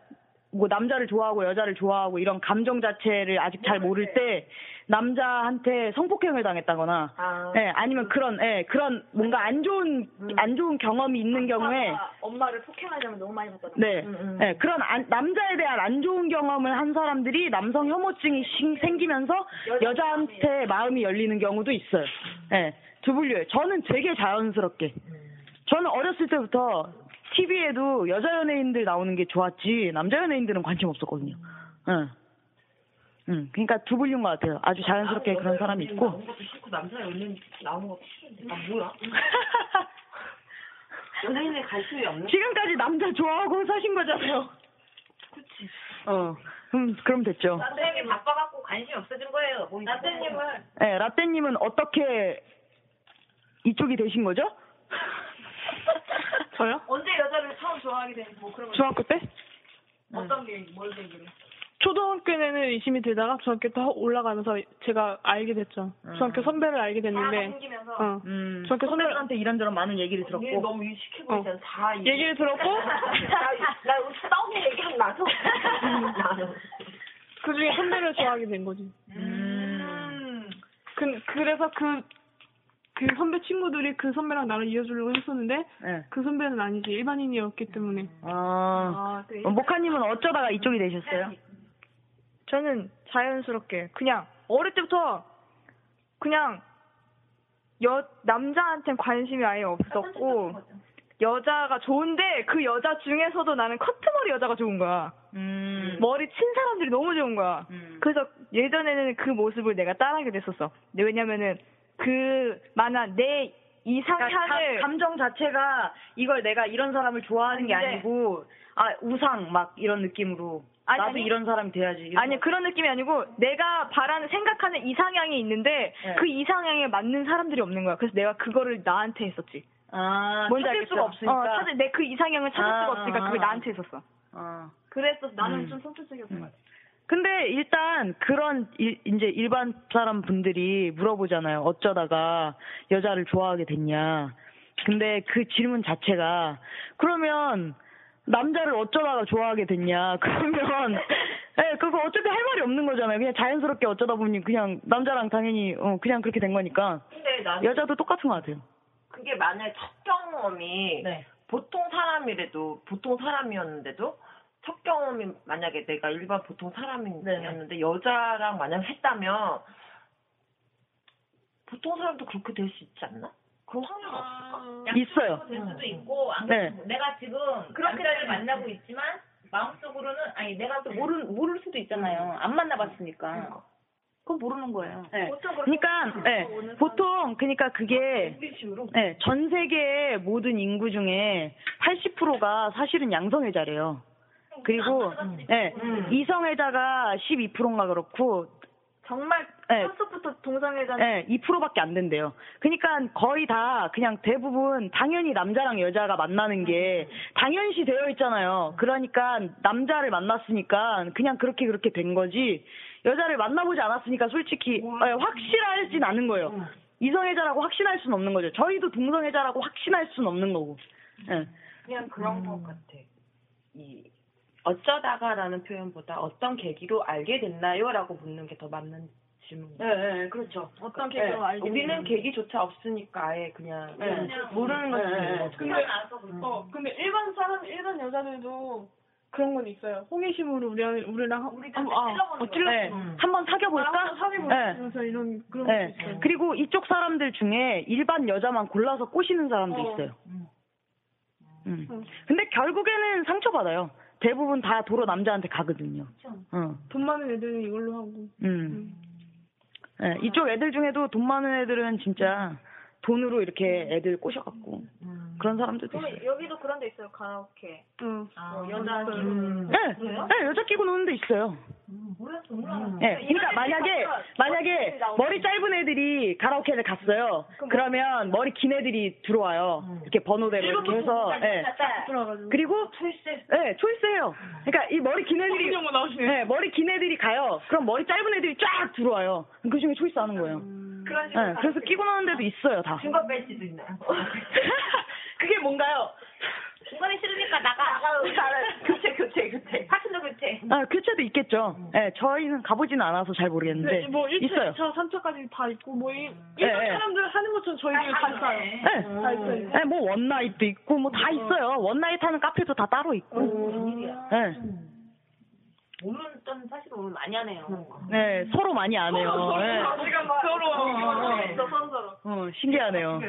[SPEAKER 2] 뭐 남자를 좋아하고 여자를 좋아하고 이런 감정 자체를 아직 잘 모를 때 남자한테 성폭행을 당했다거나
[SPEAKER 27] 아. 음.
[SPEAKER 2] 예, 아니면 그런 예, 그런 뭔가 안 좋은 안 좋은 경험이 있는 경우에
[SPEAKER 27] 아.
[SPEAKER 26] 엄마를 폭행하자면 너무 많이
[SPEAKER 4] 음.
[SPEAKER 26] 받잖아.
[SPEAKER 2] 네. 네, 그런 안- 남자에 대한 안 좋은 경험을 한 사람들이 남성 혐오증이 시- 생기면서 여자한테 마음이 열리는 경우도 있어요. 네, 두 분류예요. 저는 되게 자연스럽게. 저는 어렸을 때부터 TV에도 여자 연예인들 나오는 게 좋았지 남자 연예인들은 관심 없었거든요. 응. 응, 그러니까 두 분류인 것 같아요. 아주 자연스럽게 그런 사람이 있고.
[SPEAKER 4] 나온 것도 싫고 남자 연예인 나오는 것도 싫은데 아 뭐야? 연예인에 관심이 없는
[SPEAKER 2] 지금까지 남자 좋아하고 사신 거잖아요. 어, 음, 그럼 됐죠.
[SPEAKER 3] 남자님이 바빠갖고 관심이 없어진 거예요. 남자님은
[SPEAKER 2] 네, 라떼님은 어떻게 이쪽이 되신 거죠? 저요?
[SPEAKER 26] 언제 여자를 처음 좋아하게 되는지 뭐 그런 거.
[SPEAKER 25] 중학교 때?
[SPEAKER 26] 어떤 게, 뭘 계기로.
[SPEAKER 25] 초등학교에는 의심이 들다가 중학교 또 올라가면서 제가 알게 됐죠.
[SPEAKER 18] 음.
[SPEAKER 25] 중학교 선배를 알게
[SPEAKER 2] 다
[SPEAKER 18] 아.
[SPEAKER 25] 됐는데.
[SPEAKER 2] 생기면서?
[SPEAKER 25] 어.
[SPEAKER 2] 음,
[SPEAKER 25] 중학교 어. 선배를
[SPEAKER 2] 선배한테 이런저런 많은 얘기를 들었고.
[SPEAKER 25] 얘 너무
[SPEAKER 4] 어, 유식해
[SPEAKER 25] 보이잖아.
[SPEAKER 4] 다
[SPEAKER 25] 얘기. 얘기를 들었고.
[SPEAKER 4] 나 우리 싸움이 얘기하고 나서 나는
[SPEAKER 25] 그 중에 선배를 좋아하게 된 거지.
[SPEAKER 4] 음.
[SPEAKER 25] 그, 그래서 그, 그 선배 친구들이 그 선배랑 나를 이어주려고 했었는데, 그 선배는 아니지. 일반인이었기 때문에.
[SPEAKER 2] 예. 아,
[SPEAKER 25] 아, 그
[SPEAKER 18] 네.
[SPEAKER 2] 어, 모카님은 어쩌다가 이쪽이 되셨어요?
[SPEAKER 18] 저는 자연스럽게 그냥 어릴 때부터 그냥 여 남자한텐 관심이 아예 없었고 여자가 좋은데 그 여자 중에서도 나는 커트머리 여자가 좋은 거야. 머리 친 사람들이 너무 좋은 거야. 그래서 예전에는 그 모습을 내가 따라하게 됐었어. 근데 왜냐면은 그 만한 내 이상향을
[SPEAKER 2] 가- 감정 자체가 이걸 내가 이런 사람을 좋아하는 게
[SPEAKER 18] 근데-
[SPEAKER 2] 아니고 아 우상 막 이런 느낌으로
[SPEAKER 18] 아니,
[SPEAKER 2] 나도
[SPEAKER 18] 아니.
[SPEAKER 2] 이런 사람이 돼야지. 이런
[SPEAKER 18] 아니 그런 느낌이 아니고 내가 바라는 생각하는 이상향이 있는데
[SPEAKER 2] 네.
[SPEAKER 18] 그 이상향에 맞는 사람들이 없는 거야. 그래서 내가 그거를 나한테 했었지.
[SPEAKER 2] 아,
[SPEAKER 18] 뭔지
[SPEAKER 2] 찾을
[SPEAKER 18] 알겠죠?
[SPEAKER 2] 수가 없으니까.
[SPEAKER 18] 어, 찾을 내 그 이상향을 찾을
[SPEAKER 2] 아,
[SPEAKER 18] 수가 없으니까
[SPEAKER 2] 아,
[SPEAKER 18] 그게
[SPEAKER 2] 아.
[SPEAKER 18] 나한테 했었어.
[SPEAKER 2] 어.
[SPEAKER 18] 그래서
[SPEAKER 2] 나는
[SPEAKER 4] 음.
[SPEAKER 2] 좀
[SPEAKER 18] 선택적이었던 것 같아.
[SPEAKER 2] 근데 일단 그런 일, 이제 일반 사람 분들이 물어보잖아요. 어쩌다가 여자를 좋아하게 됐냐. 근데 그 질문 자체가 그러면 남자를 어쩌다가 좋아하게 됐냐. 그러면 예, 그거 어차피 할 말이 없는 거잖아요. 그냥 자연스럽게 어쩌다 보니 그냥 남자랑 당연히 어 그냥 그렇게 된 거니까
[SPEAKER 4] 근데 나는
[SPEAKER 2] 여자도 똑같은 것 같아요.
[SPEAKER 4] 그게 만약 첫 경험이 보통 사람이라도 보통 사람이었는데도 첫 경험이 만약에 내가 일반 보통 사람이었는데 여자랑 만약 했다면 보통 사람도 그렇게 될 수 있지 않나? 그런 확률
[SPEAKER 15] 아,
[SPEAKER 4] 없을까?
[SPEAKER 2] 있어요.
[SPEAKER 3] 될 수도 있고 안
[SPEAKER 2] 네.
[SPEAKER 3] 아, 그래도 내가 지금 그렇게를 만나고 있지만 마음속으로는 아니 내가 또 모르 모를 수도 있잖아요. 안 만나봤으니까.
[SPEAKER 2] 그건 모르는 거예요.
[SPEAKER 3] 보통 그렇게
[SPEAKER 2] 그러니까 예, 보통 그러니까 그게 예, 전 세계 모든 인구 중에 80%가 사실은 양성애자래요. 그리고 예, 이성애자가 12%인가 그렇고
[SPEAKER 28] 정말
[SPEAKER 3] 네.
[SPEAKER 2] 예.
[SPEAKER 28] 첫부터 동성애자
[SPEAKER 2] 예, 2%밖에 안 된대요. 그러니까 거의 다 그냥 대부분 당연히 남자랑 여자가 만나는 게 당연시 되어 있잖아요. 그러니까 남자를 만났으니까 그냥 그렇게 그렇게 된 거지 여자를 만나보지 않았으니까 솔직히 예, 확실하진 않은 거예요. 이성애자라고 확신할 수는 없는 거죠. 저희도 동성애자라고 확신할 수는 없는 거고. 예.
[SPEAKER 15] 그냥 그런
[SPEAKER 4] 음.
[SPEAKER 15] 것 같아. 이 어쩌다가라는 표현보다 어떤 계기로 알게 됐나요라고 묻는 게 더 맞는 질문.
[SPEAKER 4] 네, 네, 그렇죠.
[SPEAKER 15] 어떤
[SPEAKER 4] 계기로 알게
[SPEAKER 15] 우리는
[SPEAKER 4] 됐는지.
[SPEAKER 15] 계기조차 없으니까 아예 그냥,
[SPEAKER 4] 네.
[SPEAKER 15] 그냥 모르는 것이
[SPEAKER 4] 네, 네.
[SPEAKER 15] 네. 거죠.
[SPEAKER 3] 근데, 어, 근데 일반 사람, 일반 여자들도 그런 건 있어요. 호기심으로 우리, 우리랑 우리랑
[SPEAKER 2] 어, 찔러-
[SPEAKER 3] 네.
[SPEAKER 2] 한번 사겨볼까?
[SPEAKER 3] 한번 사귀어볼까?
[SPEAKER 2] 네.
[SPEAKER 3] 그래서 이런 그런 것도
[SPEAKER 2] 예.
[SPEAKER 3] 있어요.
[SPEAKER 2] 그리고 이쪽 사람들 중에 일반 여자만 골라서 꼬시는 사람도
[SPEAKER 3] 어.
[SPEAKER 2] 있어요. 음. 근데 결국에는 상처받아요. 대부분 다 도로 남자한테 가거든요. 어.
[SPEAKER 3] 돈 많은 애들은 이걸로 하고
[SPEAKER 2] 음. 예, 이쪽 애들 중에도 돈 많은 애들은 진짜 돈으로 이렇게 애들 꼬셔갖고 그런 사람들도 있어요.
[SPEAKER 28] 그럼 여기도 그런 데 있어요 가라오케
[SPEAKER 3] 응.
[SPEAKER 28] 어, 여자
[SPEAKER 2] 네,
[SPEAKER 28] 음.
[SPEAKER 2] 네, 여자 끼고 노는 데 있어요.
[SPEAKER 28] 뭐야 정말
[SPEAKER 4] 음.
[SPEAKER 3] 네.
[SPEAKER 2] 예, 그러니까 만약에 만약에 머리 짧은 애들이 가라오케를 갔어요. 그러면 머리 긴 애들이 들어와요. 이렇게 번호대로 이렇게 해서 예. 그리고 예, 초이스해요. 그러니까 이 머리 긴 애들이 예, 머리 긴 애들이 가요. 그럼 머리 짧은 애들이 쫙 들어와요. 그 중에 초이스 하는 거예요.
[SPEAKER 4] 그런 식으로
[SPEAKER 2] 예, 그래서 끼고 노는 데도 있어요, 다.
[SPEAKER 4] 중간 배지도 있나요?
[SPEAKER 2] 그게 뭔가요?
[SPEAKER 4] 중간에 싫으니까 나가. 나가. 교체, 교체, 교체. 파트너 교체.
[SPEAKER 2] 아, 교체도 있겠죠. 예, 저희는 가보진 않아서 잘 모르겠는데
[SPEAKER 3] 뭐 1차,
[SPEAKER 2] 있어요.
[SPEAKER 3] 2차, 3차까지 다 있고 뭐 일,
[SPEAKER 2] 예,
[SPEAKER 3] 일반
[SPEAKER 2] 예.
[SPEAKER 3] 사람들 하는 것처럼 저희들
[SPEAKER 4] 아,
[SPEAKER 3] 다 있어요.
[SPEAKER 2] 네.
[SPEAKER 3] 다 있어요.
[SPEAKER 2] 네, 뭐 원나잇도 있고 뭐 다 있어요. 원나잇 하는 카페도 다 따로 있고.
[SPEAKER 3] 음. 아,
[SPEAKER 2] 네.
[SPEAKER 4] 오늘 전 사실 오늘 많이 하네요.
[SPEAKER 2] 네, 서로 많이 안 해요.
[SPEAKER 3] 어,
[SPEAKER 2] 네.
[SPEAKER 4] 서로. 서로 서로.
[SPEAKER 2] 어, 신기하네요.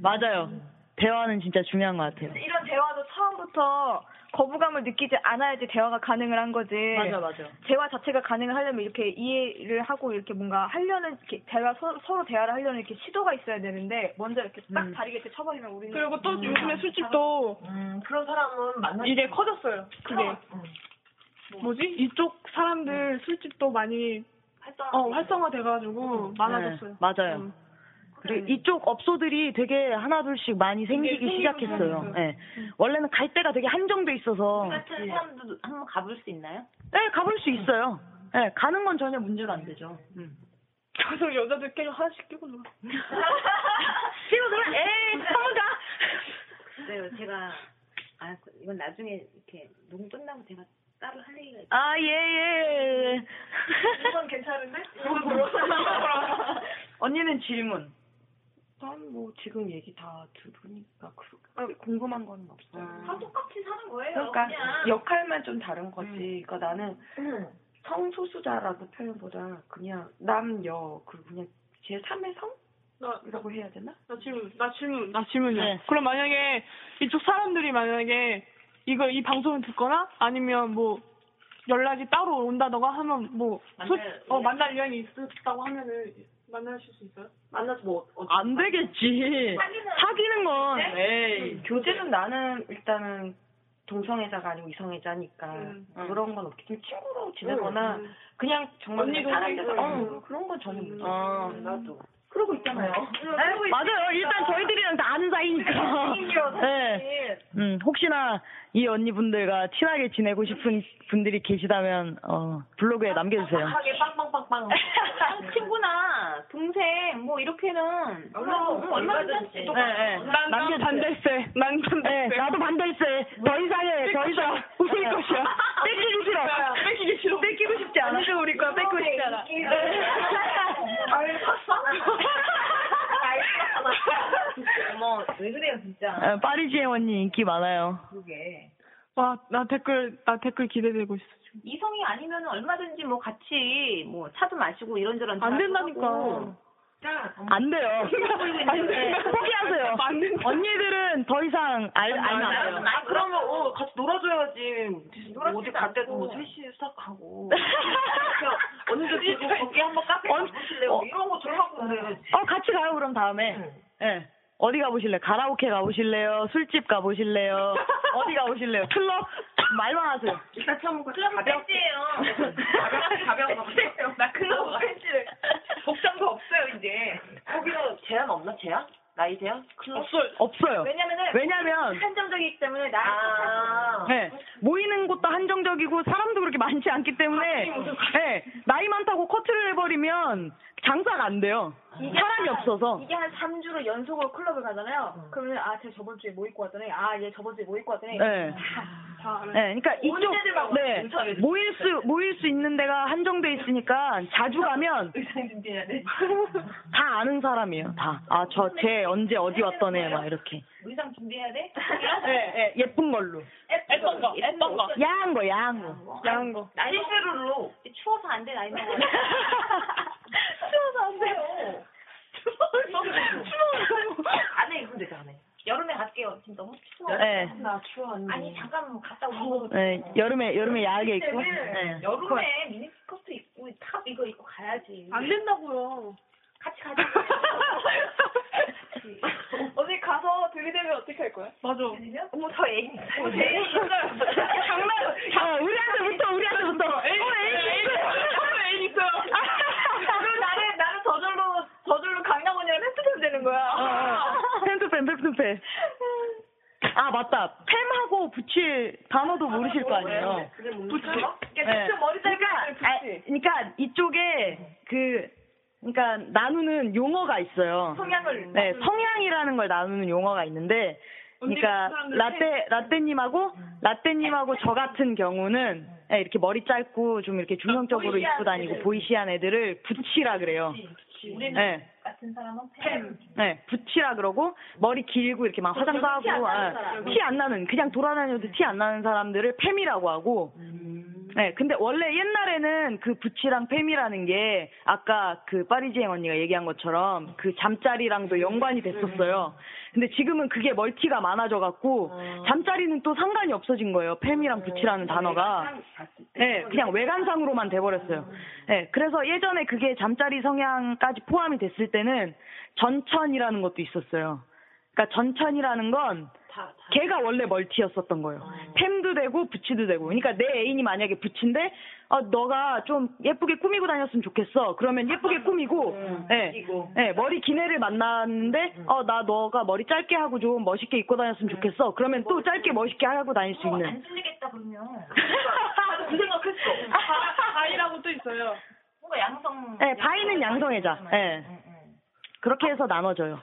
[SPEAKER 2] 맞아요. 대화는 진짜 중요한 것 같아요.
[SPEAKER 18] 이런 대화도 처음부터 거부감을 느끼지 않아야지 대화가 가능을 한 거지.
[SPEAKER 2] 맞아, 맞아.
[SPEAKER 18] 대화 자체가 가능을 하려면 이렇게 이해를 하고 이렇게 뭔가 하려는 이렇게 대화 서, 서로 대화를 하려는 이렇게 시도가 있어야 되는데 먼저 이렇게 딱 다리 이렇게 쳐버리면 우리는
[SPEAKER 3] 음. 그리고 또 요즘에 술집도
[SPEAKER 4] 그런 사람은 만나.
[SPEAKER 3] 이게 커졌어요. 그게 뭐지? 이쪽 사람들 술집도 많이 어, 활성화돼가지고 많아졌어요.
[SPEAKER 2] 네, 맞아요. 그리고 이쪽 업소들이 되게 하나둘씩 많이 생기기
[SPEAKER 4] 생기고
[SPEAKER 2] 시작했어요.
[SPEAKER 4] 생기고.
[SPEAKER 2] 예. 원래는 갈 데가 되게 한정돼 있어서
[SPEAKER 4] 같은 사람도 한번 가볼 수 있나요?
[SPEAKER 2] 네, 가볼 수 있어요. 네, 가는 건 전혀 문제가 안 되죠. 음.
[SPEAKER 3] 그래서 여자들끼리 하나씩 끼고 놀아.
[SPEAKER 2] 끼고 놀아? 에이,
[SPEAKER 4] 성우다. 네, 제가 아 이건 나중에 이렇게 녹음 끝나고 제가 따로 할 얘기가 있어요.
[SPEAKER 2] 아, 예, 예, 예.
[SPEAKER 4] 이건 괜찮은데?
[SPEAKER 15] 이건
[SPEAKER 4] 뭐야?
[SPEAKER 2] 언니는 질문.
[SPEAKER 15] 난 뭐 지금 얘기 다 들으니까 그렇게 궁금한 건 없어요.
[SPEAKER 4] 다 똑같이 사는 거예요.
[SPEAKER 15] 그러니까
[SPEAKER 4] 그냥. 음.
[SPEAKER 15] 역할만 좀 다른 거지. 그러니까 나는 성소수자라는 표현보다 그냥 남여 그 그냥 제 3의 성이라고 해야 되나?
[SPEAKER 3] 나 질문, 나 질문, 나 질문이요. 그럼 만약에 이쪽 사람들이 만약에 이거 이 방송을 듣거나 아니면 뭐 연락이 따로 온다던가 하면 뭐 소-
[SPEAKER 15] 만날-
[SPEAKER 3] 어, 만날 인연이 있었다고 하면은 만나실 수 있어요?
[SPEAKER 15] 만나서 뭐
[SPEAKER 2] 안 되겠지. 사귀는 건 네. 에이.
[SPEAKER 15] 교제는 나는 일단은 동성애자가 아니고
[SPEAKER 3] 네.
[SPEAKER 15] 이성애자니까
[SPEAKER 3] 음.
[SPEAKER 15] 그런 건 없겠지만 친구로 지내거나
[SPEAKER 4] 음, 음.
[SPEAKER 15] 그냥 정말
[SPEAKER 4] 언니
[SPEAKER 15] 그냥 사람
[SPEAKER 4] 동생.
[SPEAKER 15] 돼서
[SPEAKER 3] 음.
[SPEAKER 15] 어, 그런 건 전혀 못 아, 나도 그러고 있잖아요.
[SPEAKER 2] 네, 맞아요. 일단 저희들이랑 다 아는 사이니까. 네. 음, 혹시나 이 언니분들과 친하게 지내고 싶은 분들이 계시다면 어, 블로그에 남겨주세요.
[SPEAKER 4] 하게
[SPEAKER 15] 아,
[SPEAKER 4] 빵빵빵빵. 친구나 동생 뭐 이렇게는
[SPEAKER 15] 그럼 얼마든지.
[SPEAKER 4] 똑같-
[SPEAKER 2] 네, 네.
[SPEAKER 4] 난- 난
[SPEAKER 2] 남겨주세요.
[SPEAKER 3] 반대세. 난 반대세.
[SPEAKER 2] 네, 나도 반대세. 더 이상해. 더 이상 웃을 것이야. 뺏기기 싫어.
[SPEAKER 3] 뺏기기 싫어.
[SPEAKER 2] 뺏기고 싶지 않아.
[SPEAKER 3] 완전 우리 거야. 뺏기고 싶지 않아.
[SPEAKER 4] 왜 그래요 진짜
[SPEAKER 2] 아, 파리지에 언니 인기 많아요.
[SPEAKER 4] 그게
[SPEAKER 3] 와, 나 댓글, 나 댓글 기대되고 있어.
[SPEAKER 4] 이성이 아니면 얼마든지 뭐 같이 뭐 차도 마시고 이런저런
[SPEAKER 3] 안
[SPEAKER 4] 대화도
[SPEAKER 3] 된다니까.
[SPEAKER 4] 하고.
[SPEAKER 2] 안 돼요.
[SPEAKER 4] 안 돼.
[SPEAKER 2] 네. 포기하세요. 언니들은 더 이상 알, 알면 아, 안 돼요.
[SPEAKER 15] 아, 그러면 어, 같이 놀아줘야지. 뭐 어디 갈 때도 뭐 셋이 수학하고. 언니도 지금 거기 한번 카페 가보실래요? 뭐 이런 거 들어갖고 그래야지.
[SPEAKER 2] 어, 같이 가요, 그럼 다음에. 예. 어디 가보실래요? 가라오케 가보실래요? 술집 가보실래요? 어디 가보실래요? 클럽? 말만 하세요.
[SPEAKER 15] 일단 처음부터
[SPEAKER 4] 가벼운
[SPEAKER 15] 팬티예요.
[SPEAKER 4] 가벼운 가벼운 거. 나 그거 팬티를. 복장도 없어요 이제.
[SPEAKER 15] 거기는 제한 없나 제한? 나이 제한? 클럽?
[SPEAKER 4] 없어요.
[SPEAKER 2] 없어요.
[SPEAKER 4] 왜냐면은
[SPEAKER 2] 왜냐면
[SPEAKER 4] 한정적이기 때문에 나. 아.
[SPEAKER 2] 네, 모이는 곳도 한정적이고 사람도 그렇게 많지 않기 때문에 네, 나이 많다고 커트를 해버리면 장사가 안 돼요. 사람이 없어서.
[SPEAKER 26] 이게 한 3주로 연속으로 클럽을 가잖아요.
[SPEAKER 4] 음.
[SPEAKER 26] 그러면 아, 쟤 저번 주에 뭐 입고 왔더니 아, 얘 저번 주에 뭐 입고 왔더니
[SPEAKER 2] 네.
[SPEAKER 26] 다, 다 알아요.
[SPEAKER 2] 네, 그러니까 이쪽
[SPEAKER 26] 언제들만 와요,
[SPEAKER 2] 네,
[SPEAKER 26] 인터넷에.
[SPEAKER 2] 모일 수 모일 수 있는 데가 한정돼 있으니까 자주 가면
[SPEAKER 4] 의상 준비해야 돼.
[SPEAKER 2] 다 아는 사람이에요. 다. 아, 저 쟤 언제 어디 왔던 애 막 이렇게.
[SPEAKER 4] 의상 준비해야 돼?
[SPEAKER 3] 네,
[SPEAKER 2] 예, 예쁜 걸로.
[SPEAKER 4] 네. 예쁜 거, 예쁜 거.
[SPEAKER 2] 야한 거, 야한 거. 야한 거.
[SPEAKER 4] 실수로 추워서 안 돼, 나이 먹어. 추워서 안 돼요. 추워서. 안 해, 근데 안 해. 여름에 갈게요. 지금 너무 추워.
[SPEAKER 2] 네.
[SPEAKER 4] 나 추워. 아니, 잠깐 갔다
[SPEAKER 26] 어.
[SPEAKER 4] 오고.
[SPEAKER 2] 네, 여름에 여름에 야하게 입고. 네.
[SPEAKER 4] 여름에 미니스커트 입고 탑 이거 입고 가야지.
[SPEAKER 26] 안 된다고요.
[SPEAKER 4] 같이 가자.
[SPEAKER 26] 어디 가서 들이대면 어떻게 할 거야? 맞아.
[SPEAKER 4] 어머, 저 애인 있어요.
[SPEAKER 3] 네.
[SPEAKER 26] 어, 저 애인 있어요. 네. 장난-
[SPEAKER 2] 아, 우리한테부터 우리한테부터.
[SPEAKER 4] 어, 네. 애인 있어요.
[SPEAKER 26] 어, 애인 있어요. 네. 그럼 나는 나는 저절로 저절로 강남 언니랑 팬투면 되는 거야.
[SPEAKER 2] 어, 펜투펜 펜투펜. 아 맞다. 팸하고 붙일
[SPEAKER 4] 아.
[SPEAKER 2] 단어도 모르실 거 아니에요.
[SPEAKER 4] 네. 머리 짧은
[SPEAKER 2] 아, 그러니까 이쪽에 그 그러니까 나누는 용어가
[SPEAKER 4] 아,
[SPEAKER 2] 있어요.
[SPEAKER 4] 성향을
[SPEAKER 2] 네,
[SPEAKER 4] 나누는
[SPEAKER 2] 성향이라는 걸 나누는 용어가 있는데 그러니까
[SPEAKER 4] 언니가 그 사람들
[SPEAKER 2] 라떼 라떼님하고 라떼님하고 저 같은 경우는 네, 이렇게 머리 짧고 좀 이렇게 중성적으로
[SPEAKER 4] 그러니까 보이시한
[SPEAKER 2] 입고 다니고
[SPEAKER 4] 애들.
[SPEAKER 2] 보이시한 애들을 붙이라 그래요.
[SPEAKER 4] 우리는
[SPEAKER 2] 네.
[SPEAKER 4] 같은 사람은 팬.
[SPEAKER 2] 네, 붙이라 그러고 머리 길고 이렇게 막 화장도
[SPEAKER 4] 어, 티안
[SPEAKER 2] 하고 아,
[SPEAKER 4] 나는 사람.
[SPEAKER 2] 티 안 나는 그냥 돌아다녀도 티 안 나는 사람들을 팸이라고 하고
[SPEAKER 4] 음.
[SPEAKER 2] 네, 근데 원래 옛날에는 그 부치랑 팸이라는 게 아까 그 파리지행 언니가 얘기한 것처럼 그 잠자리랑도 연관이 됐었어요. 근데 지금은 그게 멀티가 많아져 갖고
[SPEAKER 4] 어.
[SPEAKER 2] 잠자리는 또 상관이 없어진 거예요. 팸이랑 부치라는 단어가. 네, 그냥 외관상으로만 돼버렸어요. 네, 그래서 예전에 그게 잠자리 성향까지 포함이 됐을 때는 전천이라는 것도 있었어요. 그러니까 전천이라는 건 걔가 원래 멀티였었던 거예요. 팸도 되고 부치도 되고. 그러니까 내 애인이 만약에 부치인데 어, 너가 좀 예쁘게 꾸미고 다녔으면 좋겠어. 그러면 예쁘게 꾸미고, 예, 예, 머리 긴 애를 만났는데 어, 나 너가 머리 짧게 하고 좀 멋있게 입고 다녔으면 좋겠어. 그러면 또 짧게 어, 멋있게 하고 다닐
[SPEAKER 26] 어,
[SPEAKER 2] 수
[SPEAKER 4] 네.
[SPEAKER 2] 있는.
[SPEAKER 4] 틀리겠다 그러면.
[SPEAKER 26] 나도 그 생각했어.
[SPEAKER 4] 네.
[SPEAKER 3] 아.
[SPEAKER 26] 바- 바이라고 또 있어요.
[SPEAKER 4] 아. 뭔가 양성.
[SPEAKER 2] 예, 바이는 양성애자. 예. 그렇게 해서 나눠져요.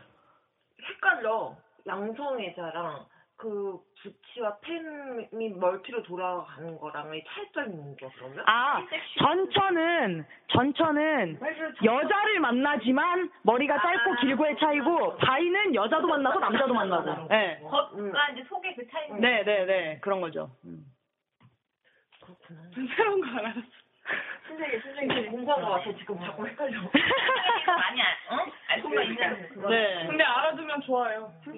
[SPEAKER 15] 헷갈려. 양성애자랑 그 부치와 팸이 멀티로 돌아가는 거랑의 차이점이 뭔가 그러면?
[SPEAKER 2] 아, 전처는 전처는 여자를 만나지만 머리가 짧고 길고의 차이고 바이는 여자도 만나고 남자도 만나고. 예.
[SPEAKER 26] 음. 아,
[SPEAKER 4] 겉과 이제 속의 그 차이.
[SPEAKER 2] 네, 네, 네. 그런 거죠.
[SPEAKER 4] 새로운 거 알았어. 신세계 신세계 공부한 거 같아 지금 자꾸 헷갈려.
[SPEAKER 26] 네.
[SPEAKER 4] 많이 안, 응? 알고만 있는 그거.
[SPEAKER 2] 네.
[SPEAKER 26] 근데 알아두면 좋아요.
[SPEAKER 2] 그치.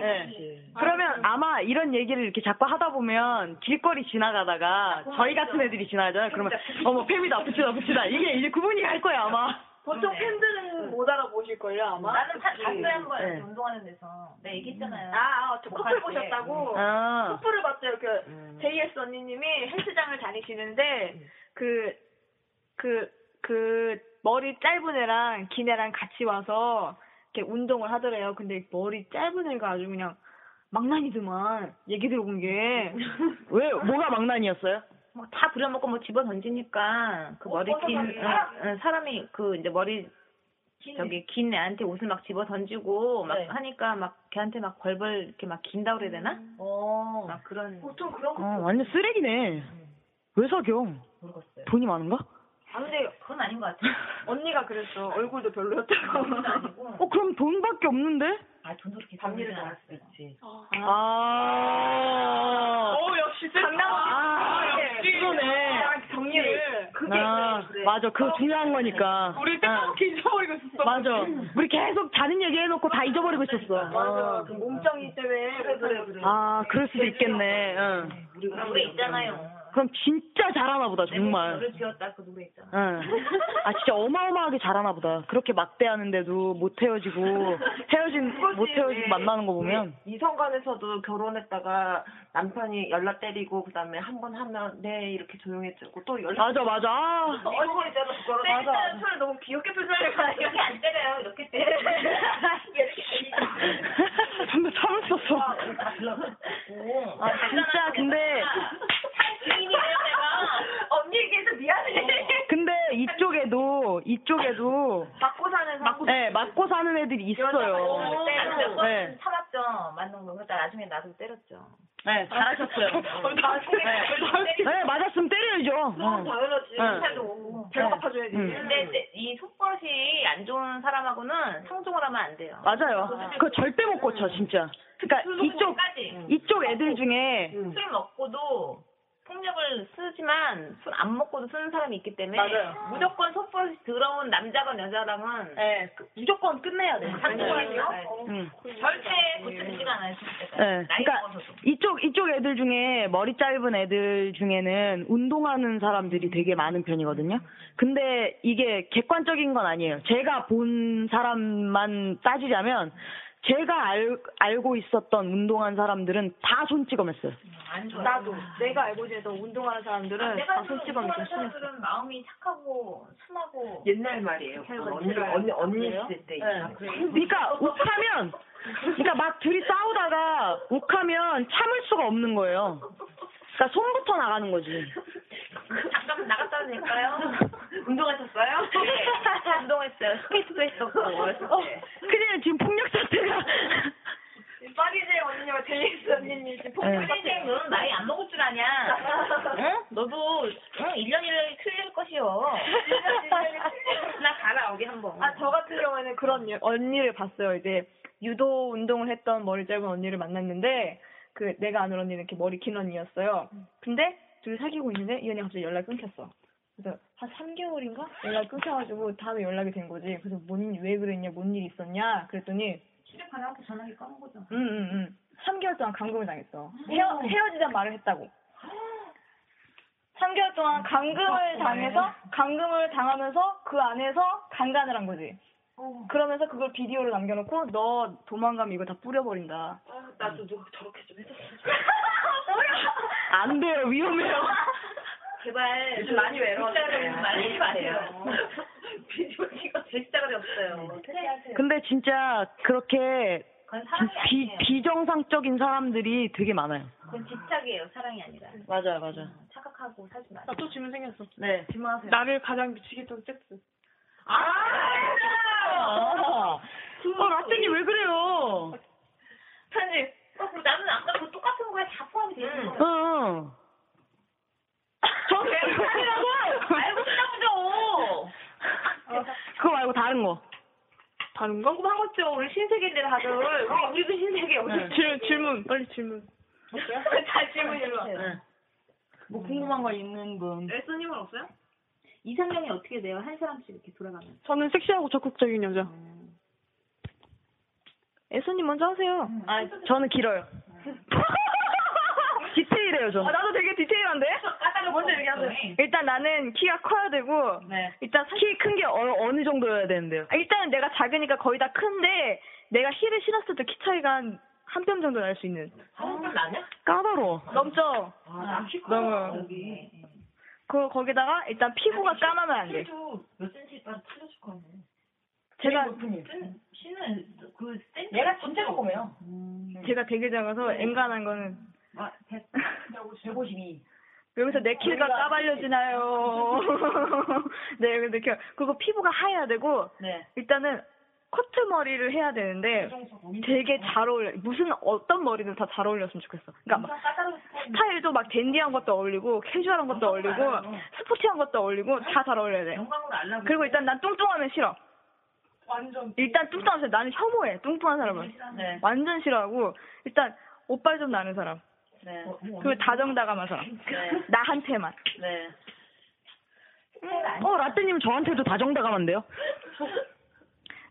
[SPEAKER 2] 네. 그러면 아마 이런 얘기를 이렇게 자꾸 하다 보면 길거리 지나가다가 저희 같은 애들이 지나가잖아요. 그러면 어머 팸이다 붙이다 붙이다 이게 이제 구분이 갈 거야 아마.
[SPEAKER 26] 보통 팬들은 못 알아보실걸요, 아마?
[SPEAKER 4] 네. 나는 다 봤어요 한 번.
[SPEAKER 2] 네.
[SPEAKER 4] 운동하는 데서.
[SPEAKER 3] 음.
[SPEAKER 4] 내가 얘기했잖아요.
[SPEAKER 26] 아, 아, 저 커플
[SPEAKER 4] 목할 때. 네.
[SPEAKER 26] 보셨다고?
[SPEAKER 2] 아.
[SPEAKER 26] 커플을 봤어요. 그, JS 언니님이 헬스장을 다니시는데, 그, 그, 그, 머리 짧은 애랑 긴 애랑 같이 와서, 이렇게 운동을 하더래요. 근데 머리 짧은 애가 아주 그냥, 망나니더만, 얘기 들어본 게.
[SPEAKER 2] 왜 뭐가 망난이었어요?
[SPEAKER 3] 뭐다 부려먹고 뭐 집어 던지니까 그 머리 긴
[SPEAKER 4] 벗어버리네.
[SPEAKER 3] 응, 응, 사람이 그 이제 머리 저기 긴 애한테 옷을 막 집어 던지고
[SPEAKER 4] 네.
[SPEAKER 3] 막 하니까 막 걔한테 막 벌벌 이렇게 막 긴다 그래야 되나?
[SPEAKER 4] 어.
[SPEAKER 3] 막 그런
[SPEAKER 4] 보통 그런
[SPEAKER 2] 어, 완전 쓰레기네. 왜 사겨?
[SPEAKER 4] 모르겠어요.
[SPEAKER 2] 돈이 많은가?
[SPEAKER 4] 아 근데 그건 아닌 것 같아. 언니가 그랬어. 얼굴도 별로였다고.
[SPEAKER 2] 어 그럼 돈밖에 없는데?
[SPEAKER 4] 아 돈도 이렇게 담비를 잘할 수 있지.
[SPEAKER 2] 아.
[SPEAKER 4] 어 역시 장난.
[SPEAKER 26] 아,
[SPEAKER 4] 역시
[SPEAKER 2] 그러네.
[SPEAKER 3] 아,
[SPEAKER 4] 정리를. 그게
[SPEAKER 2] 아, 맞아. 그거 중요한 거니까.
[SPEAKER 4] 우리 뜬금없게 잊어버리고 있었어.
[SPEAKER 2] 맞아. 우리 계속 자는 얘기 해놓고 다 잊어버리고 있었어. 아.
[SPEAKER 4] 몸짱이 때문에. 그래 그래 그래.
[SPEAKER 2] 아, 그럴 수도 있겠네. 응.
[SPEAKER 4] 우리 있잖아요.
[SPEAKER 2] 그럼 진짜 잘하나 보다 정말.
[SPEAKER 3] 너를 지었다 그 노래 있잖아.
[SPEAKER 2] 예. 아 진짜 어마어마하게 잘하나 보다. 그렇게 막대하는데도 못 헤어지고 헤어진 못 헤어지고 만나는 거 보면
[SPEAKER 29] 네, 이성 간에서도 결혼했다가 남편이 연락 때리고 그다음에 한 번 하면 네 이렇게 조용해지고 또 연락
[SPEAKER 2] 맞아 맞아 아,
[SPEAKER 3] 어,
[SPEAKER 4] 어,
[SPEAKER 29] 얼굴 있잖아
[SPEAKER 4] 네,
[SPEAKER 29] 그거를 맞아
[SPEAKER 3] 손을 너무 귀엽게 표현을 가 이렇게 안 때려요 이렇게 때려.
[SPEAKER 2] 근데 참을 수 없어. 아 진짜 근데
[SPEAKER 3] 아, 언니에게서 미안해.
[SPEAKER 2] 근데 이쪽에도 이쪽에도
[SPEAKER 3] 맞고 사는 맞고
[SPEAKER 2] 네 맞고 사는 애들이 있어요. 네.
[SPEAKER 3] 때몇번 참았죠. 맞는 거. 그러다 나중에 나도 때렸죠.
[SPEAKER 2] 네, 잘하셨어요.
[SPEAKER 3] 네.
[SPEAKER 2] 네, 맞았으면 때려야죠. 어.
[SPEAKER 3] 당연하지.
[SPEAKER 2] 네.
[SPEAKER 3] 살도 배가 아파줘야지. 네,
[SPEAKER 2] 음.
[SPEAKER 4] 근데 이제 이 속버릇이 안 좋은 사람하고는 상종을 하면 안 돼요.
[SPEAKER 2] 맞아요. 그거 절대 못 고쳐, 진짜. 그러니까 이쪽, 이쪽 애들 중에
[SPEAKER 4] 술 먹고도 폭력을 쓰지만 술 안 먹고도 쓰는 사람이 있기 때문에
[SPEAKER 2] 맞아요.
[SPEAKER 4] 무조건 속버릇이 들어온 남자건 여자랑은
[SPEAKER 2] 무조건 끝내야 돼.
[SPEAKER 4] 상종하죠.
[SPEAKER 3] 네.
[SPEAKER 2] 음.
[SPEAKER 4] 네. 절대 고쳐지지가 않아요. 진짜.
[SPEAKER 2] 예, 그러니까 이쪽 이쪽 애들 중에 머리 짧은 애들 중에는 운동하는 사람들이 되게 많은 편이거든요. 근데 이게 객관적인 건 아니에요. 제가 본 사람만 따지자면 제가 알, 알고 있었던 운동한 사람들은 다 손찌검했어요.
[SPEAKER 3] 안 좋아.
[SPEAKER 18] 나도 내가 알고 지내던 운동하는
[SPEAKER 4] 아,
[SPEAKER 18] 사람들은
[SPEAKER 3] 내가
[SPEAKER 2] 아,
[SPEAKER 18] 다 손찌검이 좀 심해.
[SPEAKER 3] 사람들은 마음이 착하고 순하고
[SPEAKER 29] 옛날 말이에요 언니 언니
[SPEAKER 4] 아,
[SPEAKER 29] 언니 있을
[SPEAKER 4] 네.
[SPEAKER 29] 때
[SPEAKER 2] 그러니까 욱하면 그러니까 막 둘이 싸우다가 욱하면 참을 수가 없는 거예요. 그러니까 손부터 나가는 거지.
[SPEAKER 4] 잠깐 나갔다 와도 될까요? 운동하셨어요? 네. 운동했어요. 스케이트도 했었고.
[SPEAKER 2] 어, 큰일 지금 폭력 사태가.
[SPEAKER 3] 파리제 언니와 제이스 언니님 지금
[SPEAKER 4] 폭풍 선생 너는 나이 안 먹을 줄 아냐? 네. 응? 너도 응? 1년 1년이 틀릴 것이요. 나 가라 여기 한번.
[SPEAKER 18] 아, 저 같은 경우에는 그런 여- 언니를 봤어요. 이제 유도 운동을 했던 머리 짧은 언니를 만났는데 그 내가 아는 언니는 이렇게 머리 긴 언니였어요. 근데 둘이 사귀고 있는데 이 언니 가 갑자기 연락 이 끊겼어. 그래서 한 3개월인가 연락 이 끊겨가지고 다음에 연락이 된 거지. 그래서 뭔, 왜 그랬냐, 뭔 일이 있었냐 그랬더니
[SPEAKER 3] 시작하려고 전화기 꺼놓은 거잖아.
[SPEAKER 18] 응, 응, 응. 음, 3개월 동안 감금을 당했어. 헤어, 헤어지자 말을 했다고. 3개월 동안 감금을 당해서, 감금을 당하면서 그 안에서 강간을 한 거지. 그러면서 그걸 비디오로 남겨놓고 너 도망가면 이거 다 뿌려버린다.
[SPEAKER 3] 나도 누가 저렇게 좀 해줬어.
[SPEAKER 2] 안 돼요, 위험해요.
[SPEAKER 4] 제발
[SPEAKER 3] 요즘 네, 많이 외로워서
[SPEAKER 4] 뒷담을
[SPEAKER 3] 그래요.
[SPEAKER 4] 네.
[SPEAKER 3] 네.
[SPEAKER 4] 많이 마세요. 네.
[SPEAKER 3] 비디오 찍어 제시작을 네. 없어요.
[SPEAKER 2] 근데 진짜 그렇게
[SPEAKER 4] 그건 사랑이
[SPEAKER 2] 비,
[SPEAKER 4] 아니에요.
[SPEAKER 2] 비정상적인 사람들이 되게 많아요.
[SPEAKER 4] 그건 집착이에요. 사랑이 아니라.
[SPEAKER 3] 음.
[SPEAKER 2] 맞아요, 맞아요.
[SPEAKER 4] 착각하고 살지 마세요.
[SPEAKER 30] 나또 질문 생겼어.
[SPEAKER 2] 네.
[SPEAKER 30] 질문하세요. 나를 가장 미치게 했던 섹스.
[SPEAKER 3] 어.
[SPEAKER 2] 아, 어, 라떼님 왜 그래요?
[SPEAKER 4] 편집. 어, 그리고 나는 아까 그 똑같은 거에 다 포함이 되는 거야.
[SPEAKER 2] 응, 응. 저는
[SPEAKER 4] 아니라고? 알고 싶다고죠.
[SPEAKER 2] 그거 말고 다른 거.
[SPEAKER 30] 다른 거?
[SPEAKER 3] 궁금한 거죠. 우리 신세계인데 다들. 어, 우리, 우리도 신세계야. 우리
[SPEAKER 30] 질, 질문, 빨리 질문.
[SPEAKER 3] 다 질문 일로 와.
[SPEAKER 2] 뭐 궁금한 거 있는 분.
[SPEAKER 3] 엘소님은 없어요?
[SPEAKER 4] 이상형이 어떻게 돼요? 한 사람씩 이렇게 돌아가면.
[SPEAKER 30] 저는 섹시하고 적극적인 여자.
[SPEAKER 18] 애수님 먼저 하세요.
[SPEAKER 2] 아, 저는 길어요. 디테일해요, 저는.
[SPEAKER 18] 아, 나도 되게 디테일한데?
[SPEAKER 3] 네,
[SPEAKER 18] 먼저 얘기하세요. 일단 나는 키가 커야 되고, 일단
[SPEAKER 2] 키 큰 게 어, 어느 정도여야 되는데요?
[SPEAKER 18] 아, 일단은 내가 작으니까 거의 다 큰데 내가 힐을 신었을 때 키 차이가 한 뼘 정도 날 수 있는
[SPEAKER 4] 한번 나냐?
[SPEAKER 2] 까다로워.
[SPEAKER 18] 넘죠.
[SPEAKER 2] 너무.
[SPEAKER 3] 여기.
[SPEAKER 18] 그 거기다가 일단 피부가 까마면 안 돼.
[SPEAKER 3] 키도 몇 cm 따라 틀려줄 거 아니에요.
[SPEAKER 18] 제가
[SPEAKER 3] 신은 그 센.
[SPEAKER 18] 얘가 진짜
[SPEAKER 3] 조금해요.
[SPEAKER 18] 제가 되게 작아서 엔간한 거는
[SPEAKER 3] 아, 100, 152.
[SPEAKER 18] 여기서 내 키가 까발려지나요? 네, 근데 그- 그리고 피부가 하얘야 되고
[SPEAKER 3] 네.
[SPEAKER 18] 일단은 커트 머리를 해야 되는데 되게 잘 어울려. 무슨 어떤 머리든 다 잘 어울렸으면 좋겠어. 그러니까 막 스타일도 막 댄디한 것도 어울리고 캐주얼한 것도 어울리고 스포티한 것도 어울리고 다 잘 어울려야 돼. 그리고 일단 난 뚱뚱하면 싫어.
[SPEAKER 3] 완전.
[SPEAKER 18] 일단 뚱뚱하면 싫어. 나는 혐오해. 뚱뚱한 사람은
[SPEAKER 3] 네.
[SPEAKER 18] 완전 싫어하고 일단 오빠 좀 나는 사람.
[SPEAKER 3] 네.
[SPEAKER 18] 그리고 다정다감한 사람.
[SPEAKER 3] 네.
[SPEAKER 18] 나한테만.
[SPEAKER 3] 네.
[SPEAKER 2] 어, 라떼님 저한테도 다정다감한데요?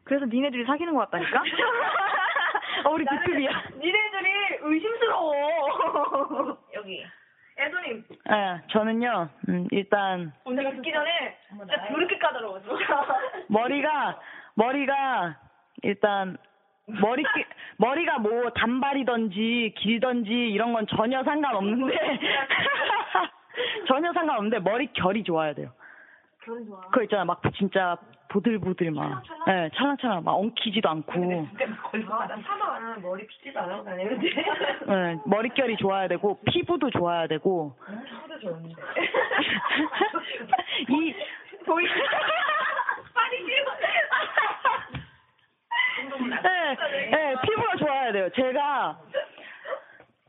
[SPEAKER 18] 그래서 니네들이 사귀는 것 같다니까?
[SPEAKER 2] 어, 우리 B급이야.
[SPEAKER 18] 니네들이 의심스러워.
[SPEAKER 4] 여기.
[SPEAKER 31] 애도님
[SPEAKER 4] 예, 저는요, 음, 일단,
[SPEAKER 31] 오늘 듣기 전에 진짜 그렇게 까다로워 진짜.
[SPEAKER 4] 머리가, 머리가, 일단, 머리, 끼- 머리가 뭐, 단발이던지, 길던지, 이런 건 전혀 상관없는데, 전혀 상관없는데, 머리 결이 좋아야 돼요.
[SPEAKER 31] 결혼 좋아.
[SPEAKER 4] 그거 있잖아, 막 진짜, 보들보들 막, 예, 찰랑찰랑 막 엉키지도
[SPEAKER 2] 네.
[SPEAKER 4] 않고,
[SPEAKER 3] 아, 나 사망 머리 피지도 않아서 다니는데.
[SPEAKER 4] 예, 머릿결이 좋아야 되고, 피부도 좋아야 되고,
[SPEAKER 3] 하도 좋은데.
[SPEAKER 4] 이,
[SPEAKER 3] 보이.
[SPEAKER 31] 빨리 찍어.
[SPEAKER 4] 네, 네, 피부가 좋아야 돼요. 제가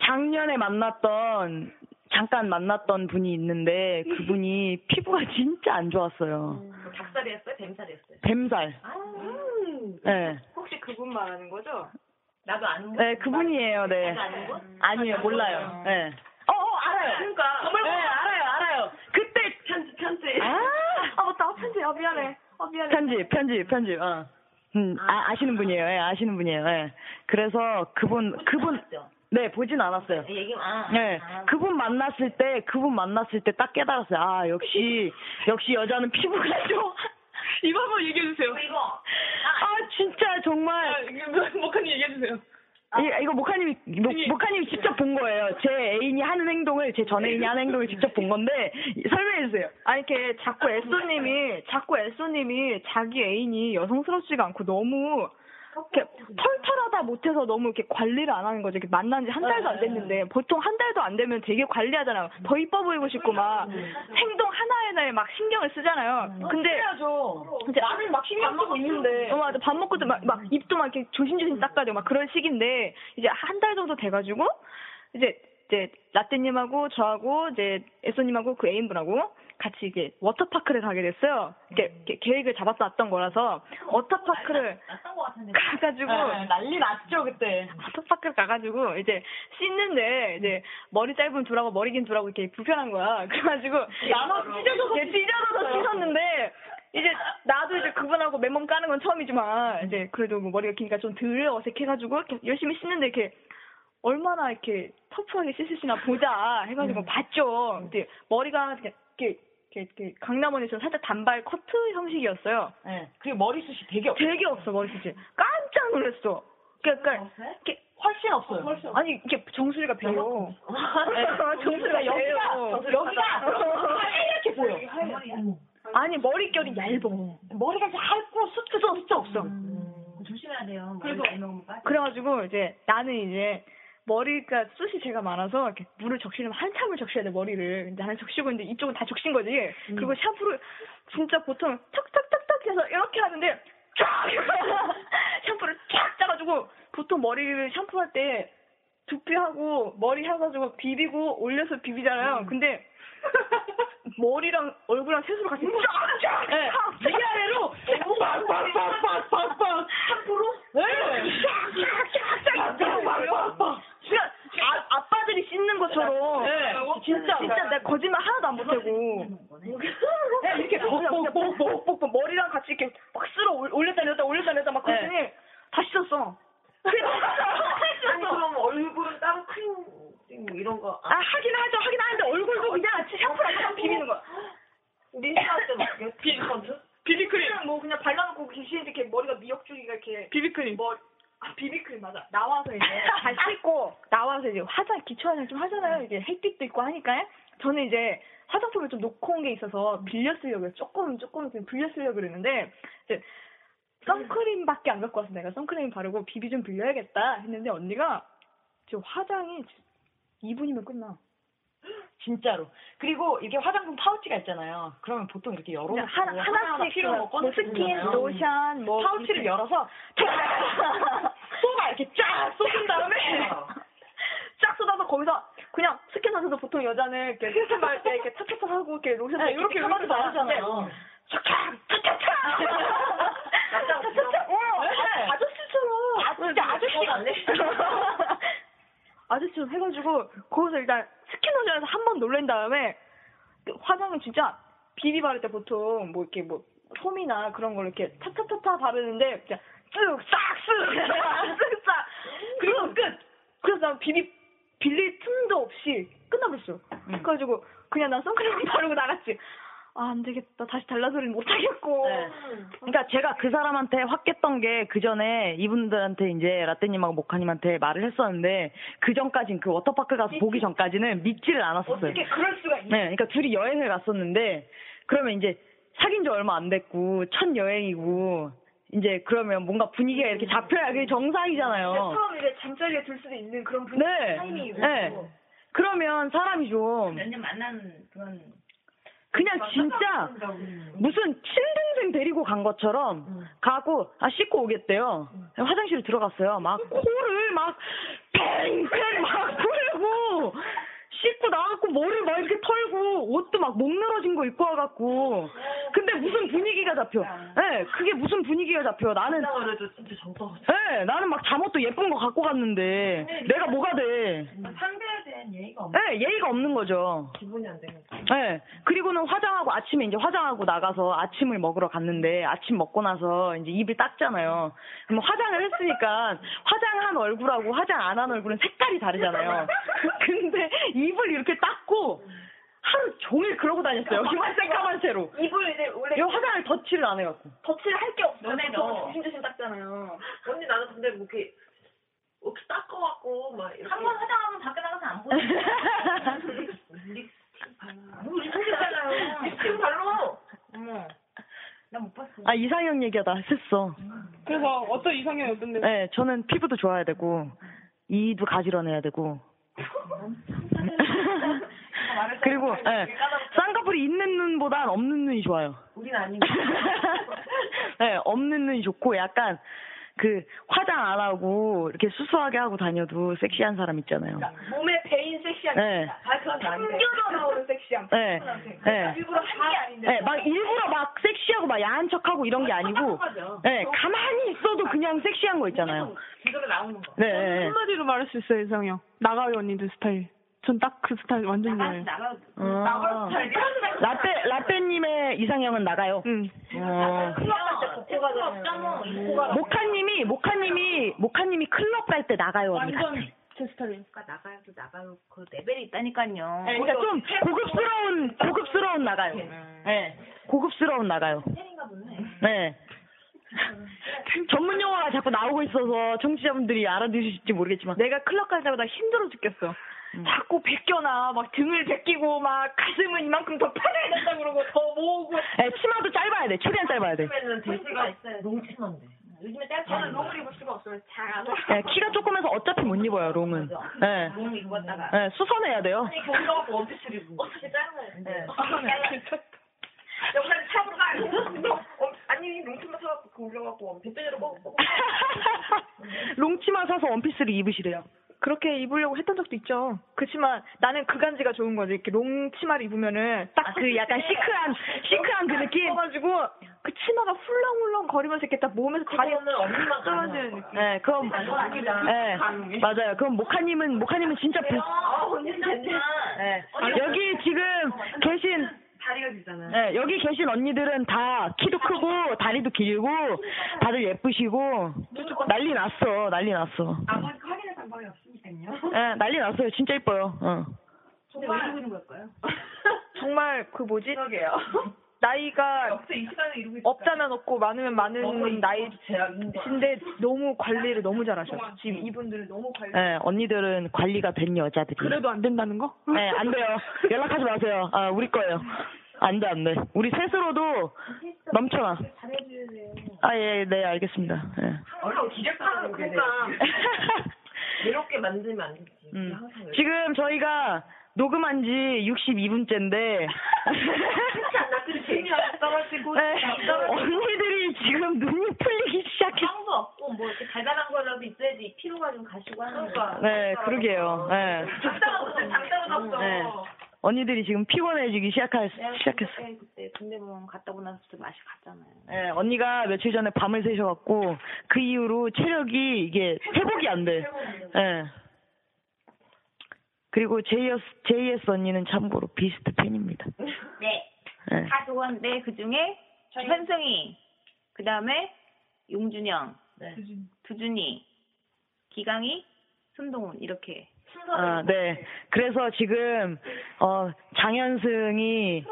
[SPEAKER 4] 작년에 만났던 잠깐 만났던 분이 있는데 그분이 피부가 진짜 안 좋았어요.
[SPEAKER 3] 음, 닭살이었어요? 뱀살이었어요?
[SPEAKER 4] 뱀살.
[SPEAKER 3] 아,
[SPEAKER 4] 네.
[SPEAKER 3] 혹시 그분 말하는 거죠? 나도 아는
[SPEAKER 4] 네, 그분이에요. 네. 아니에요, 몰라요. 네.
[SPEAKER 3] 어, 어, 알아요. 그러니까. 정말 네, 알아요, 알아요. 그때 편지, 편지.
[SPEAKER 4] 아,
[SPEAKER 3] 아 맞다. 편지. 아, 미안해. 아, 미안해.
[SPEAKER 4] 편집, 편집, 편집. 어. 음, 아, 아시는 분이에요. 예, 아시는 분이에요. 예. 그래서 그분 그분 네, 보진 않았어요.
[SPEAKER 3] 얘기, 아.
[SPEAKER 4] 네, 그분 만났을 때, 그분 만났을 때 딱 깨달았어요. 아, 역시, 역시 여자는 피부가 좋아. 이거 한번 얘기해주세요.
[SPEAKER 2] 네,
[SPEAKER 3] 이거.
[SPEAKER 4] 아, 진짜, 정말.
[SPEAKER 32] 목한님 얘기해주세요.
[SPEAKER 2] 아.
[SPEAKER 4] 이, 이거 목하님이, 목, 목하님이 직접 본 거예요. 제 애인이 하는 행동을, 제 전 애인이 하는 행동을 직접 본 건데, 설명해주세요. 아.
[SPEAKER 2] 아니 이렇게 자꾸 애쏘님이 자꾸 애쏘님이 자기 애인이 여성스럽지가 않고 너무 이렇게 털털하다 못해서 너무 이렇게 관리를 안 하는 거죠. 이렇게 만난 지 한 달도
[SPEAKER 4] 아.
[SPEAKER 2] 안 됐는데 보통 한 달도 안 되면 되게 관리하잖아요. 더 이뻐 보이고 싶고 막
[SPEAKER 4] 음.
[SPEAKER 2] 행동 하나 하나에 막 신경을 쓰잖아요. 근데 이제 어, 나는 막 신경 쓰고 있는데. 어 맞아 밥 먹고도 막, 막 입도 막 이렇게 조심조심 닦아야 되고 막 그런 시기인데 이제 한 달 정도 돼가지고 이제 이제 라떼님하고 저하고 이제 에소님하고 그 애인분하고 같이 이게 워터파크를 가게 됐어요. 이렇게, 이렇게 계획을 잡았다 왔던 거라서 워터파크를 가가지고
[SPEAKER 3] 네, 난리
[SPEAKER 2] 났죠 그때. 워터파크 가가지고 이제 씻는데 이제 머리 짧은 둘하고 머리 긴 둘하고 이렇게 불편한 거야. 그래가지고
[SPEAKER 3] 나눠 찢어져서
[SPEAKER 2] 이제 찢어져서
[SPEAKER 3] 씻었어요.
[SPEAKER 2] 씻었는데 이제 나도 이제 그분하고 맨몸 까는 건 처음이지만 이제 그래도 뭐 머리가 기니까 좀 덜 어색해가지고 이렇게 열심히 씻는데 이렇게 얼마나 이렇게 터프하게 씻으시나 보자 해가지고
[SPEAKER 3] 음.
[SPEAKER 2] 봤죠. 근데 머리가 이렇게 이렇게, 이렇게, 이렇게 강남원에서 살짝 단발 커트 형식이었어요. 그리고 머리숱이 되게 없어. 되게 없어 머리숱이. 깜짝 놀랐어. 그러니까 이렇게 훨씬 없어요. 아니 이게 정수리가 배요. 네, 정수리가 여기가 여기가 이렇게 보여. 아니 머릿결이 얇어. 머리가 얇고 숱도 좀 숱도 없어.
[SPEAKER 3] 조심해야 돼요.
[SPEAKER 2] 그래서-
[SPEAKER 3] 머리 잘 먹으면 빠져.
[SPEAKER 2] 그래가지고 이제 나는 이제 머리가 그러니까 숱이 제가 많아서 이렇게 물을 적시려면 한참을 적셔야 돼 머리를 근데 나는 적시고 있는데 이쪽은 다 적신 거지 그리고 샴푸를 진짜 보통 탁탁탁탁 해서 이렇게 하는데 쫙 샴푸를 쫙 짜가지고 보통 머리를 샴푸할 때 두피하고 머리 해가지고 비비고 올려서 비비잖아요 근데 머리랑 얼굴이랑 세수를 같이 쫙쫙 네. 위아래로 빡빡빡빡빡빡 함부로 진짜 아, 아빠들이 씻는 것처럼
[SPEAKER 3] 네.
[SPEAKER 2] 진짜 진짜 내가 거짓말 하나도 안 보태고 네, 이렇게
[SPEAKER 33] 어,
[SPEAKER 2] 뻑뻑뻑뻑뻑 머리랑 같이 이렇게 막 쓸어 올- 올렸다 내렸다 올렸다 내렸다 막 그러더니 다 씻었어
[SPEAKER 33] 네. 아니 그럼 얼굴은 따로 크림 뭐 이런 거. 어,
[SPEAKER 2] 아 하긴 하죠 하긴 하는데 얼굴도 그냥 샴푸랑 그냥 비비는 거야
[SPEAKER 33] 민트한테 어. 막 비비
[SPEAKER 2] 비비크림
[SPEAKER 31] 뭐 그냥 발라놓고 귀신 이렇게 머리가 미역줄기가 이렇게
[SPEAKER 2] 비비크림
[SPEAKER 31] 뭐 아, 비비크림 맞아 나와서 이제
[SPEAKER 2] 잘 씻고 나와서 이제 화장 기초 화장 좀
[SPEAKER 3] 네.
[SPEAKER 2] 하잖아요. 이제 햇빛도 있고 하니까 저는 이제 화장품을 좀 놓고 온 게 있어서 빌려 쓰려고 해요. 조금 조금 좀 빌려 쓰려고 그랬는데 이제 선크림밖에 안 갖고 와서 내가 선크림 바르고 비비 좀 빌려야겠다 했는데 언니가 저 화장이 2분이면 끝나.
[SPEAKER 3] 진짜로. 그리고 이게 화장품 파우치가 있잖아요. 그러면 보통 이렇게 열어
[SPEAKER 2] 그냥 하나- 하나씩
[SPEAKER 3] 필요한 거
[SPEAKER 2] 뭐
[SPEAKER 3] 꺼내
[SPEAKER 2] 스킨, 로션, 뭐
[SPEAKER 3] 파우치를
[SPEAKER 2] 이렇게.
[SPEAKER 3] 열어서 쫙 쏟아 이렇게 쫙
[SPEAKER 2] 그
[SPEAKER 3] 쏟은 다음에
[SPEAKER 33] 아.
[SPEAKER 2] 쫙 쏟아서 거기서 그냥 스킨하면서 보통 여자는 이렇게 스킨 바를 때 이렇게 탁탁탁 하고 이렇게 로션
[SPEAKER 3] 네, 이렇게
[SPEAKER 2] 감아서
[SPEAKER 3] 이렇게 바르잖아요.
[SPEAKER 2] 바르는데 탁탁탁 어,
[SPEAKER 3] 네.
[SPEAKER 2] 아저씨처럼
[SPEAKER 3] 아,
[SPEAKER 33] 어,
[SPEAKER 3] 진짜 아저씨 같네.
[SPEAKER 2] 아저씨처럼 해가지고 거기서 일단 스킨 로션에서 한 번 놀란 다음에 그 화장은 진짜 비비 바를 때 보통 뭐 이렇게 뭐 폼이나 그런 걸 이렇게 타타타타 바르는데 그냥
[SPEAKER 27] 음.
[SPEAKER 2] 쓱싹쓱싹 그리고 끝. 그래서 난 비비
[SPEAKER 26] 빌릴 틈도 없이 끝나버렸어.
[SPEAKER 27] 음.
[SPEAKER 26] 그래가지고 그냥 난 선크림 바르고 나갔지. 아, 안 되겠다. 다시 달라서는 못하겠고.
[SPEAKER 27] 네.
[SPEAKER 2] 그러니까 제가 그 사람한테 확 깼던 게 그 전에 이분들한테 이제 라떼님하고 모카님한테 말을 했었는데 그 전까진 그 워터파크 가서 보기 전까지는 믿지를 않았었어요.
[SPEAKER 27] 어떻게 그럴 수가 있나?
[SPEAKER 2] 네, 그러니까 둘이 여행을 갔었는데 그러면 이제 사귄 지 얼마 안 됐고 첫 여행이고 이제 그러면 뭔가 분위기가 이렇게 잡혀야 그게
[SPEAKER 33] 어.
[SPEAKER 2] 정상이잖아요.
[SPEAKER 26] 처음 이제 잠자리에 들 수도 있는 그런 분위기
[SPEAKER 2] 네.
[SPEAKER 26] 타이밍이고.
[SPEAKER 2] 네. 그러면 사람이 좀
[SPEAKER 27] 몇년 만난 그런
[SPEAKER 2] 그냥 진짜 무슨 친동생 데리고 간
[SPEAKER 34] 음.
[SPEAKER 2] 것처럼 가고 아 씻고 오겠대요. 화장실에 들어갔어요. 막
[SPEAKER 34] 음.
[SPEAKER 2] 코를 막 팽팽 막 풀고 씻고 나왔고 머리를 막 이렇게 털고 옷도 막 목 늘어진 거 입고 와갖고 근데 무슨 분위기가 잡혀? 예, 그게 무슨 분위기가 잡혀? 나는
[SPEAKER 34] 그래도 아. 진짜 정도
[SPEAKER 2] 예, 나는 막 잠옷도 예쁜 거 갖고 갔는데 내가 뭐가 돼?
[SPEAKER 34] 음. 상대에 대한 예의가 없는
[SPEAKER 2] 예, 예의가 없는 거죠.
[SPEAKER 34] 기분이 안 되는 거야.
[SPEAKER 2] 네. 그리고는 화장하고 아침에 이제 화장하고 나가서 아침을 먹으러 갔는데 아침 먹고 나서 이제 입을 닦잖아요. 그럼 화장을 했으니까 화장한 얼굴하고 화장 안 한 얼굴은 색깔이 다르잖아요. 근데 입을 이렇게 닦고 하루 종일 그러고 다녔어요. 흰색 까만 채로.
[SPEAKER 26] 입을 이제 원래
[SPEAKER 2] 이 화장을 덧칠을 안 해갖고.
[SPEAKER 26] 덧칠 할게 없어.
[SPEAKER 34] 너네도.
[SPEAKER 26] 조심조심 닦잖아요.
[SPEAKER 34] 언니 나는 근데 뭐 이렇게 이렇게 닦아갖고 막 이렇게
[SPEAKER 27] 한 번 화장하면 밖에 나가서 안 보여.
[SPEAKER 34] 뭐 이렇게 잖아요 지금 발로
[SPEAKER 27] 어머. 난못 봤어.
[SPEAKER 2] 아 이상형 얘기하다 했어.
[SPEAKER 25] 그래서 어떤 이상형이 어떤데?
[SPEAKER 2] 네, 저는 피부도 좋아야 되고 이도 가지런해야 되고. 그리고 예, 쌍꺼풀이 있는 눈보단 없는 눈이 좋아요.
[SPEAKER 27] 우린 아닌데.
[SPEAKER 2] 네, 없는 눈이 좋고 약간 그 화장 안 하고 이렇게 수수하게 하고 다녀도 섹시한 사람 있잖아요.
[SPEAKER 26] 몸에 배인 섹시함.
[SPEAKER 2] 네.
[SPEAKER 26] 아, 그건 아닌데. 숨겨져 나오는 섹시함. 그러니까
[SPEAKER 2] 네. 네.
[SPEAKER 26] 일부러 한 게 아닌데.
[SPEAKER 2] 네, 막 일부러 막 섹시하고 막 야한 척하고 이런 게 아니고, 네, 가만히 있어도 그냥 섹시한 거 있잖아요.
[SPEAKER 27] 이대로 나오는 거.
[SPEAKER 2] 네, 네, 네.
[SPEAKER 25] 한마디로 말할 수 있어요, 이상형. 나가요, 언니들 스타일. 전 딱 그 스타일 완전 좋아해요.
[SPEAKER 27] 나가.
[SPEAKER 2] 아,
[SPEAKER 34] 네.
[SPEAKER 2] 라떼 라떼님의 이상형은 나가요. 어.
[SPEAKER 27] 없잖아.
[SPEAKER 2] 모카님이 모카님이 모카님이 클럽 갈 때 나가요. 언니.
[SPEAKER 27] 제 스타일. 그러니까 나가요, 또 나가요. 그 레벨이 있다니까요. 네.
[SPEAKER 2] 그러니까 좀 고급스러운 고급스러운 나가요. 네, 고급스러운 나가요.
[SPEAKER 27] 팬인가 보네.
[SPEAKER 2] 네. 전문 용어가 자꾸 나오고 있어서 청취자분들이 알아들으실지 모르겠지만
[SPEAKER 35] 내가 클럽 갈 때마다 힘들어 죽겠어.
[SPEAKER 27] 음.
[SPEAKER 35] 자꾸 벗겨놔, 막 등을 벗기고, 막 가슴은 이만큼 더 파야 된다 그러고 더 모으고.
[SPEAKER 2] 네, 치마도 짧아야 돼. 최대한 짧아야 돼.
[SPEAKER 34] 요즘에는 돼지가 너무 심한데
[SPEAKER 26] 요즘에 짧 저는 롱을 입을 수가 없어요. 잘안 어울려.
[SPEAKER 2] 네, 키가 조금해서 어차피 못 입어요. 롱은. 네.
[SPEAKER 27] 몸 입었다가.
[SPEAKER 2] 네, 수선해야 돼요.
[SPEAKER 27] 아니, 경기가 갖고 원피스를 입고.
[SPEAKER 26] 어떻게 짜는
[SPEAKER 27] 네.
[SPEAKER 34] 아,
[SPEAKER 26] 영상 샵으로 가.
[SPEAKER 34] 아니 롱치마 사갖고 그 올려갖고 원피스 로 꼭.
[SPEAKER 2] 롱치마 사서 원피스를 입으시래요.
[SPEAKER 35] 그렇게 입으려고 했던 적도 있죠. 그렇지만 나는 그간지가 좋은 거지. 이렇게 롱 치마를 입으면은
[SPEAKER 2] 딱 그 약간 시크한 시크한 그 느낌.
[SPEAKER 35] 가지고 그 치마가 훌렁훌렁 거리면서 이렇게 딱 몸에서 다리
[SPEAKER 34] 언니만
[SPEAKER 35] 떨어지는 느낌.
[SPEAKER 2] 네, 그럼
[SPEAKER 3] 아,
[SPEAKER 2] 네, 맞아요. 그럼 모카님은 모카님은 진짜 부...
[SPEAKER 34] 아 언니 됐네.
[SPEAKER 2] 네. 여기 지금 계신
[SPEAKER 34] 다리가 지잖아.
[SPEAKER 2] 네, 여기 계신 언니들은 다 키도 크고 다리도 길고
[SPEAKER 34] 네.
[SPEAKER 2] 다들 예쁘시고 난리 났어 난리 났어
[SPEAKER 34] 아마 확인할 방법이 없으니까요.
[SPEAKER 2] 네, 난리 났어요 진짜 예뻐요 어.
[SPEAKER 34] 근데 왜 이러고 있는 걸까요?
[SPEAKER 35] 정말 그 뭐지?
[SPEAKER 34] 그러게요.
[SPEAKER 35] 나이가
[SPEAKER 34] 없어 이 시간에 이러고 있어.
[SPEAKER 35] 없다면 없고 많으면 많은 나이신데 너무 관리를 너무 잘하셔. 지금 이분들은 너무 관리.
[SPEAKER 2] 네, 언니들은 관리가 된 여자들이
[SPEAKER 25] 그래도 안 된다는 거?
[SPEAKER 2] 네, 안 돼요 연락하지 마세요 아 우리 거예요 안 돼 안 돼 우리 셋으로도 넘쳐나
[SPEAKER 34] 잘해주세요.
[SPEAKER 2] 아예네 알겠습니다 예.
[SPEAKER 34] 얼른 기력하는 게 외롭게 만들면 안 되지.
[SPEAKER 2] 음.
[SPEAKER 34] 항상 외롭게.
[SPEAKER 2] 지금 저희가 녹음한 지 62분째인데 예,
[SPEAKER 34] 나 그렇게 재미 없어가지고
[SPEAKER 3] 네.
[SPEAKER 2] 언니들이 지금 눈이 풀리기 시작했
[SPEAKER 27] 빵도 없고 뭐 이렇게 달달한 거라도 있어야지 피로가 좀 가시고 하는
[SPEAKER 34] 그러니까.
[SPEAKER 27] 거.
[SPEAKER 2] 네, 그러게요. 네.
[SPEAKER 27] 당당한 없어, 당당한 없어.
[SPEAKER 2] 네. 언니들이 지금 피곤해지기 시작할,
[SPEAKER 27] 내가
[SPEAKER 2] 시작했어.
[SPEAKER 27] 네, 그때, 그때 군대병원 갔다 오고 나서부터 맛이 갔잖아요.
[SPEAKER 2] 네, 언니가 며칠 전에 밤을 새셔갖고 그 이후로 체력이 이게 회복이 안 돼. 네. 그리고 JS, JS 언니는 참고로 비스트 팬입니다.
[SPEAKER 27] 네.
[SPEAKER 2] 네.
[SPEAKER 27] 다 좋았는데 그 중에 현승이, 그 다음에 용준영, 두준이, 기강이, 손동훈 이렇게.
[SPEAKER 2] 어, 네. 그래서 지금 어, 장현승이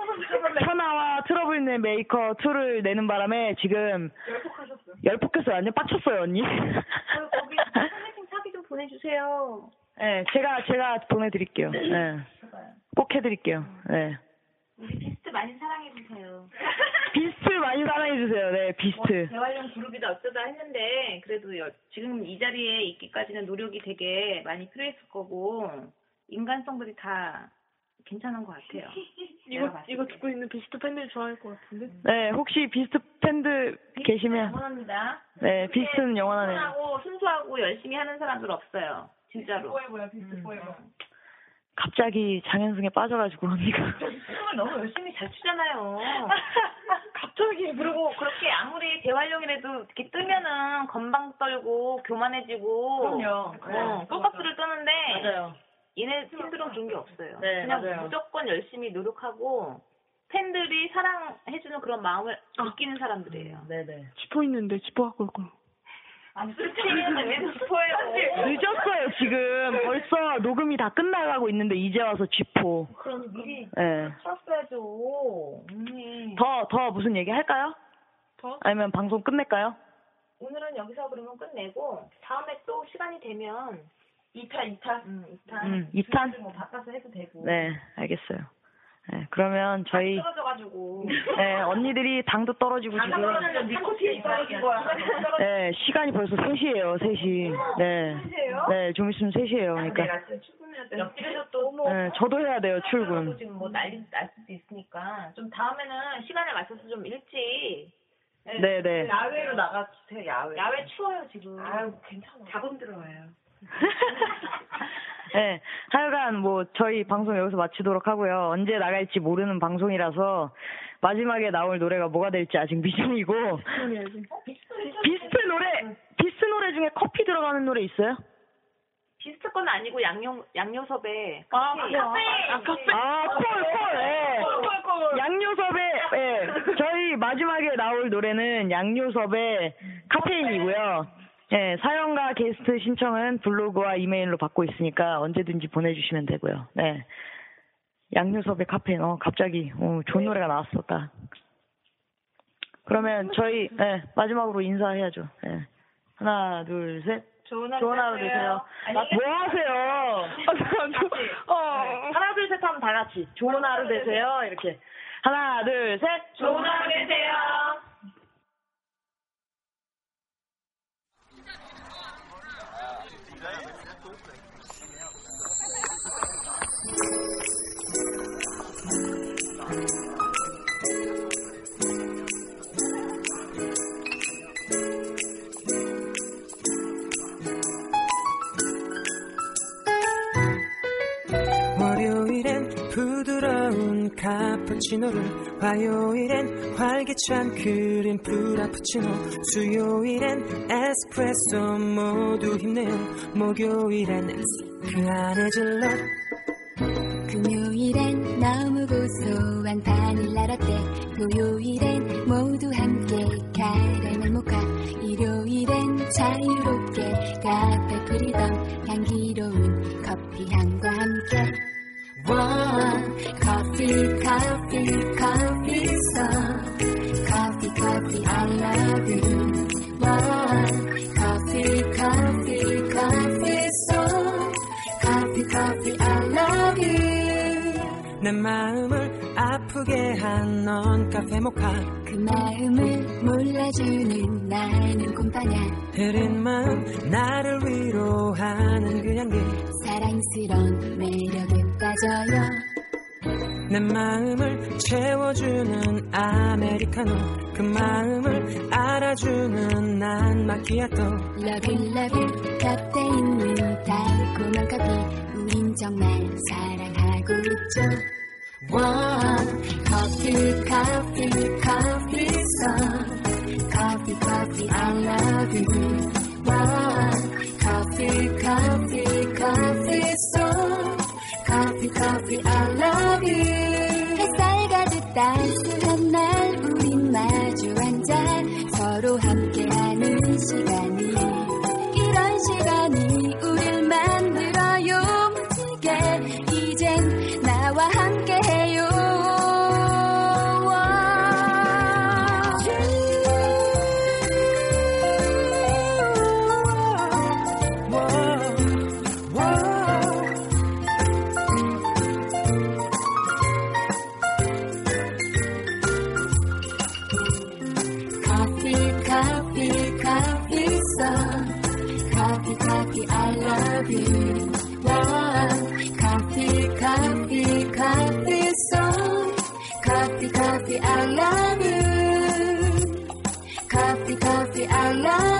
[SPEAKER 2] 천하와 트러블 낸 메이커 2를 내는 바람에 지금
[SPEAKER 36] 열폭하셨어요.
[SPEAKER 2] 열폭해서 완전 빡쳤어요, 언니.
[SPEAKER 36] 거기 소개팅 사기 좀 보내주세요.
[SPEAKER 2] 네, 제가 제가 보내드릴게요. 네. 꼭 해드릴게요. 네.
[SPEAKER 36] 우리 비스트 많이 사랑해주세요.
[SPEAKER 2] 비스트 많이 사랑해주세요. 네, 비스트.
[SPEAKER 3] 대활용 그룹이다 어쩌다 했는데 그래도 여- 지금 이 자리에 있기까지는 노력이 되게 많이 필요했을 거고 인간성들이 다 괜찮은 것 같아요. 내가
[SPEAKER 37] 이거
[SPEAKER 3] 봤을
[SPEAKER 37] 이거 듣고 있는 비스트 팬들이 좋아할 것 같은데.
[SPEAKER 2] 네, 혹시 비스트 팬들
[SPEAKER 36] 뭐
[SPEAKER 2] 계시면
[SPEAKER 3] 응원합니다.
[SPEAKER 2] 네, 비스트는 영원하네요.
[SPEAKER 3] 순하고 순수하고 열심히 하는 사람들 없어요. 진짜로. 음.
[SPEAKER 36] 포에버야 비스트 포에버.
[SPEAKER 2] 갑자기 장현승에 빠져가지고 언니가
[SPEAKER 3] 춤을 너무 열심히 잘 추잖아요. 갑자기 그리고 그렇게 아무리 재활용이라도 이렇게 뜨면은 건방 떨고 교만해지고
[SPEAKER 38] 그럼요.
[SPEAKER 3] 어,
[SPEAKER 38] 네.
[SPEAKER 3] 꿀박수를 뜨는데
[SPEAKER 38] 맞아요.
[SPEAKER 3] 얘네 팀들은 그런 게 없어요.
[SPEAKER 38] 네,
[SPEAKER 3] 그냥
[SPEAKER 38] 맞아요.
[SPEAKER 3] 무조건 열심히 노력하고 팬들이 사랑해주는 그런 마음을 느끼는 사람들이에요.
[SPEAKER 38] 아. 네네.
[SPEAKER 37] 지퍼 있는데 지퍼 갖고 올 걸.
[SPEAKER 2] 늦었어요 지금 벌써 녹음이 다 끝나가고 있는데 이제 와서 쥐포.
[SPEAKER 3] 그럼 미리
[SPEAKER 2] 예.
[SPEAKER 3] 풀었어야죠. 언니.
[SPEAKER 2] 더 더 무슨 얘기 할까요?
[SPEAKER 3] 더?
[SPEAKER 2] 아니면 방송 끝낼까요?
[SPEAKER 3] 오늘은 여기서 그러면 끝내고 다음에 또 시간이 되면 2타 2타 응, 2타
[SPEAKER 2] 음, 2탄?
[SPEAKER 3] 뭐 바꿔서 해도 되고
[SPEAKER 2] 네, 알겠어요. 네, 그러면 저희
[SPEAKER 38] 음.
[SPEAKER 3] 떨어져가지고
[SPEAKER 2] 네, 언니들이 당도 떨어지고 지금
[SPEAKER 3] 니코틴이 떨어진 거야
[SPEAKER 2] 네, 시간이 벌써 3시예요, 3시. 네. 네, 좀 있으면 3시예요.
[SPEAKER 38] 아,
[SPEAKER 2] 그러니까
[SPEAKER 3] 옆집에서 또 뭐,
[SPEAKER 2] 네, 저도 해야 돼요, 출근.
[SPEAKER 3] 지금 뭐 난리 날 수도 있으니까 좀 다음에는 시간을 맞춰서 좀 일찍
[SPEAKER 2] 네, 네.
[SPEAKER 3] 야외로 나가주세요 야외 야외 추워요 지금 아유 괜찮아 자금 들어와요
[SPEAKER 2] 네, 하여간 뭐 저희 방송 여기서 마치도록 하고요. 언제 나갈지 모르는 방송이라서 마지막에 나올 노래가 뭐가 될지 아직 미정이고 비스트 노래 비스트 노래 중에 커피 들어가는 노래 있어요?
[SPEAKER 3] 비슷한 건 아니고 양용 양요섭의
[SPEAKER 2] 아,
[SPEAKER 3] 카페.
[SPEAKER 2] 그래요? 아,
[SPEAKER 3] 카페.
[SPEAKER 2] 아, 콜, 콜, 예. 양요섭의, 예. 저희 마지막에 나올 노래는 양요섭의 카페인이고요. 예, 사연과 게스트 신청은 블로그와 이메일로 받고 있으니까 언제든지 보내주시면 되고요. 네. 양요섭의 카페인, 어, 갑자기, 어, 좋은 노래가 나왔었다. 그러면 저희, 예, 마지막으로 인사해야죠. 예. 하나, 둘, 셋.
[SPEAKER 3] 좋은
[SPEAKER 2] 좋은 하루 되세요. 뭐 하세요? 하나 둘 셋 하면 다 같이 좋은 하루 되세요 이렇게 하나 둘 셋
[SPEAKER 36] 좋은 하루 되세요.
[SPEAKER 18] 월요일엔 부드러운 카푸치노를 화요일엔 활기찬 크림 프라푸치노 수요일엔 에스프레소 모두 힘내요 목요일엔 그 안에 질러
[SPEAKER 4] 금요일엔 너무 고소한 바닐라 라떼 토요일엔 모두 함께 카라멜 모카 일요일엔 자유롭게 카페 프리덤 향기로운 커피 향과 함께 원 커피 커피 커피 송 커피 커피 I love you 원 커피 커피 커피 송 커피 커피 I love you
[SPEAKER 18] 내 마음을 아프게 한 넌 카페 모카
[SPEAKER 4] 그 마음을 몰라주는 나는 곰팡아
[SPEAKER 18] 흐린 마음 나를 위로하는 그 향기
[SPEAKER 4] 사랑스러운 매력에 빠져요
[SPEAKER 18] 내 마음을 채워주는 아메리카노 그 마음을 알아주는 난 마키아토
[SPEAKER 4] 러블러블 곁에 있는 달콤한 커피 우린 정말 사랑하고 있죠 원 커피 커피 커피 송 커피 커피 I love you 원 커피 커피 커피 송 커피 커피 I love you 햇살 가득 따스한 날 우린 마주 앉아 서로 함께하는 시간이 이런 시간이 우릴 만들어요 I love you. Coffee, coffee, I love you.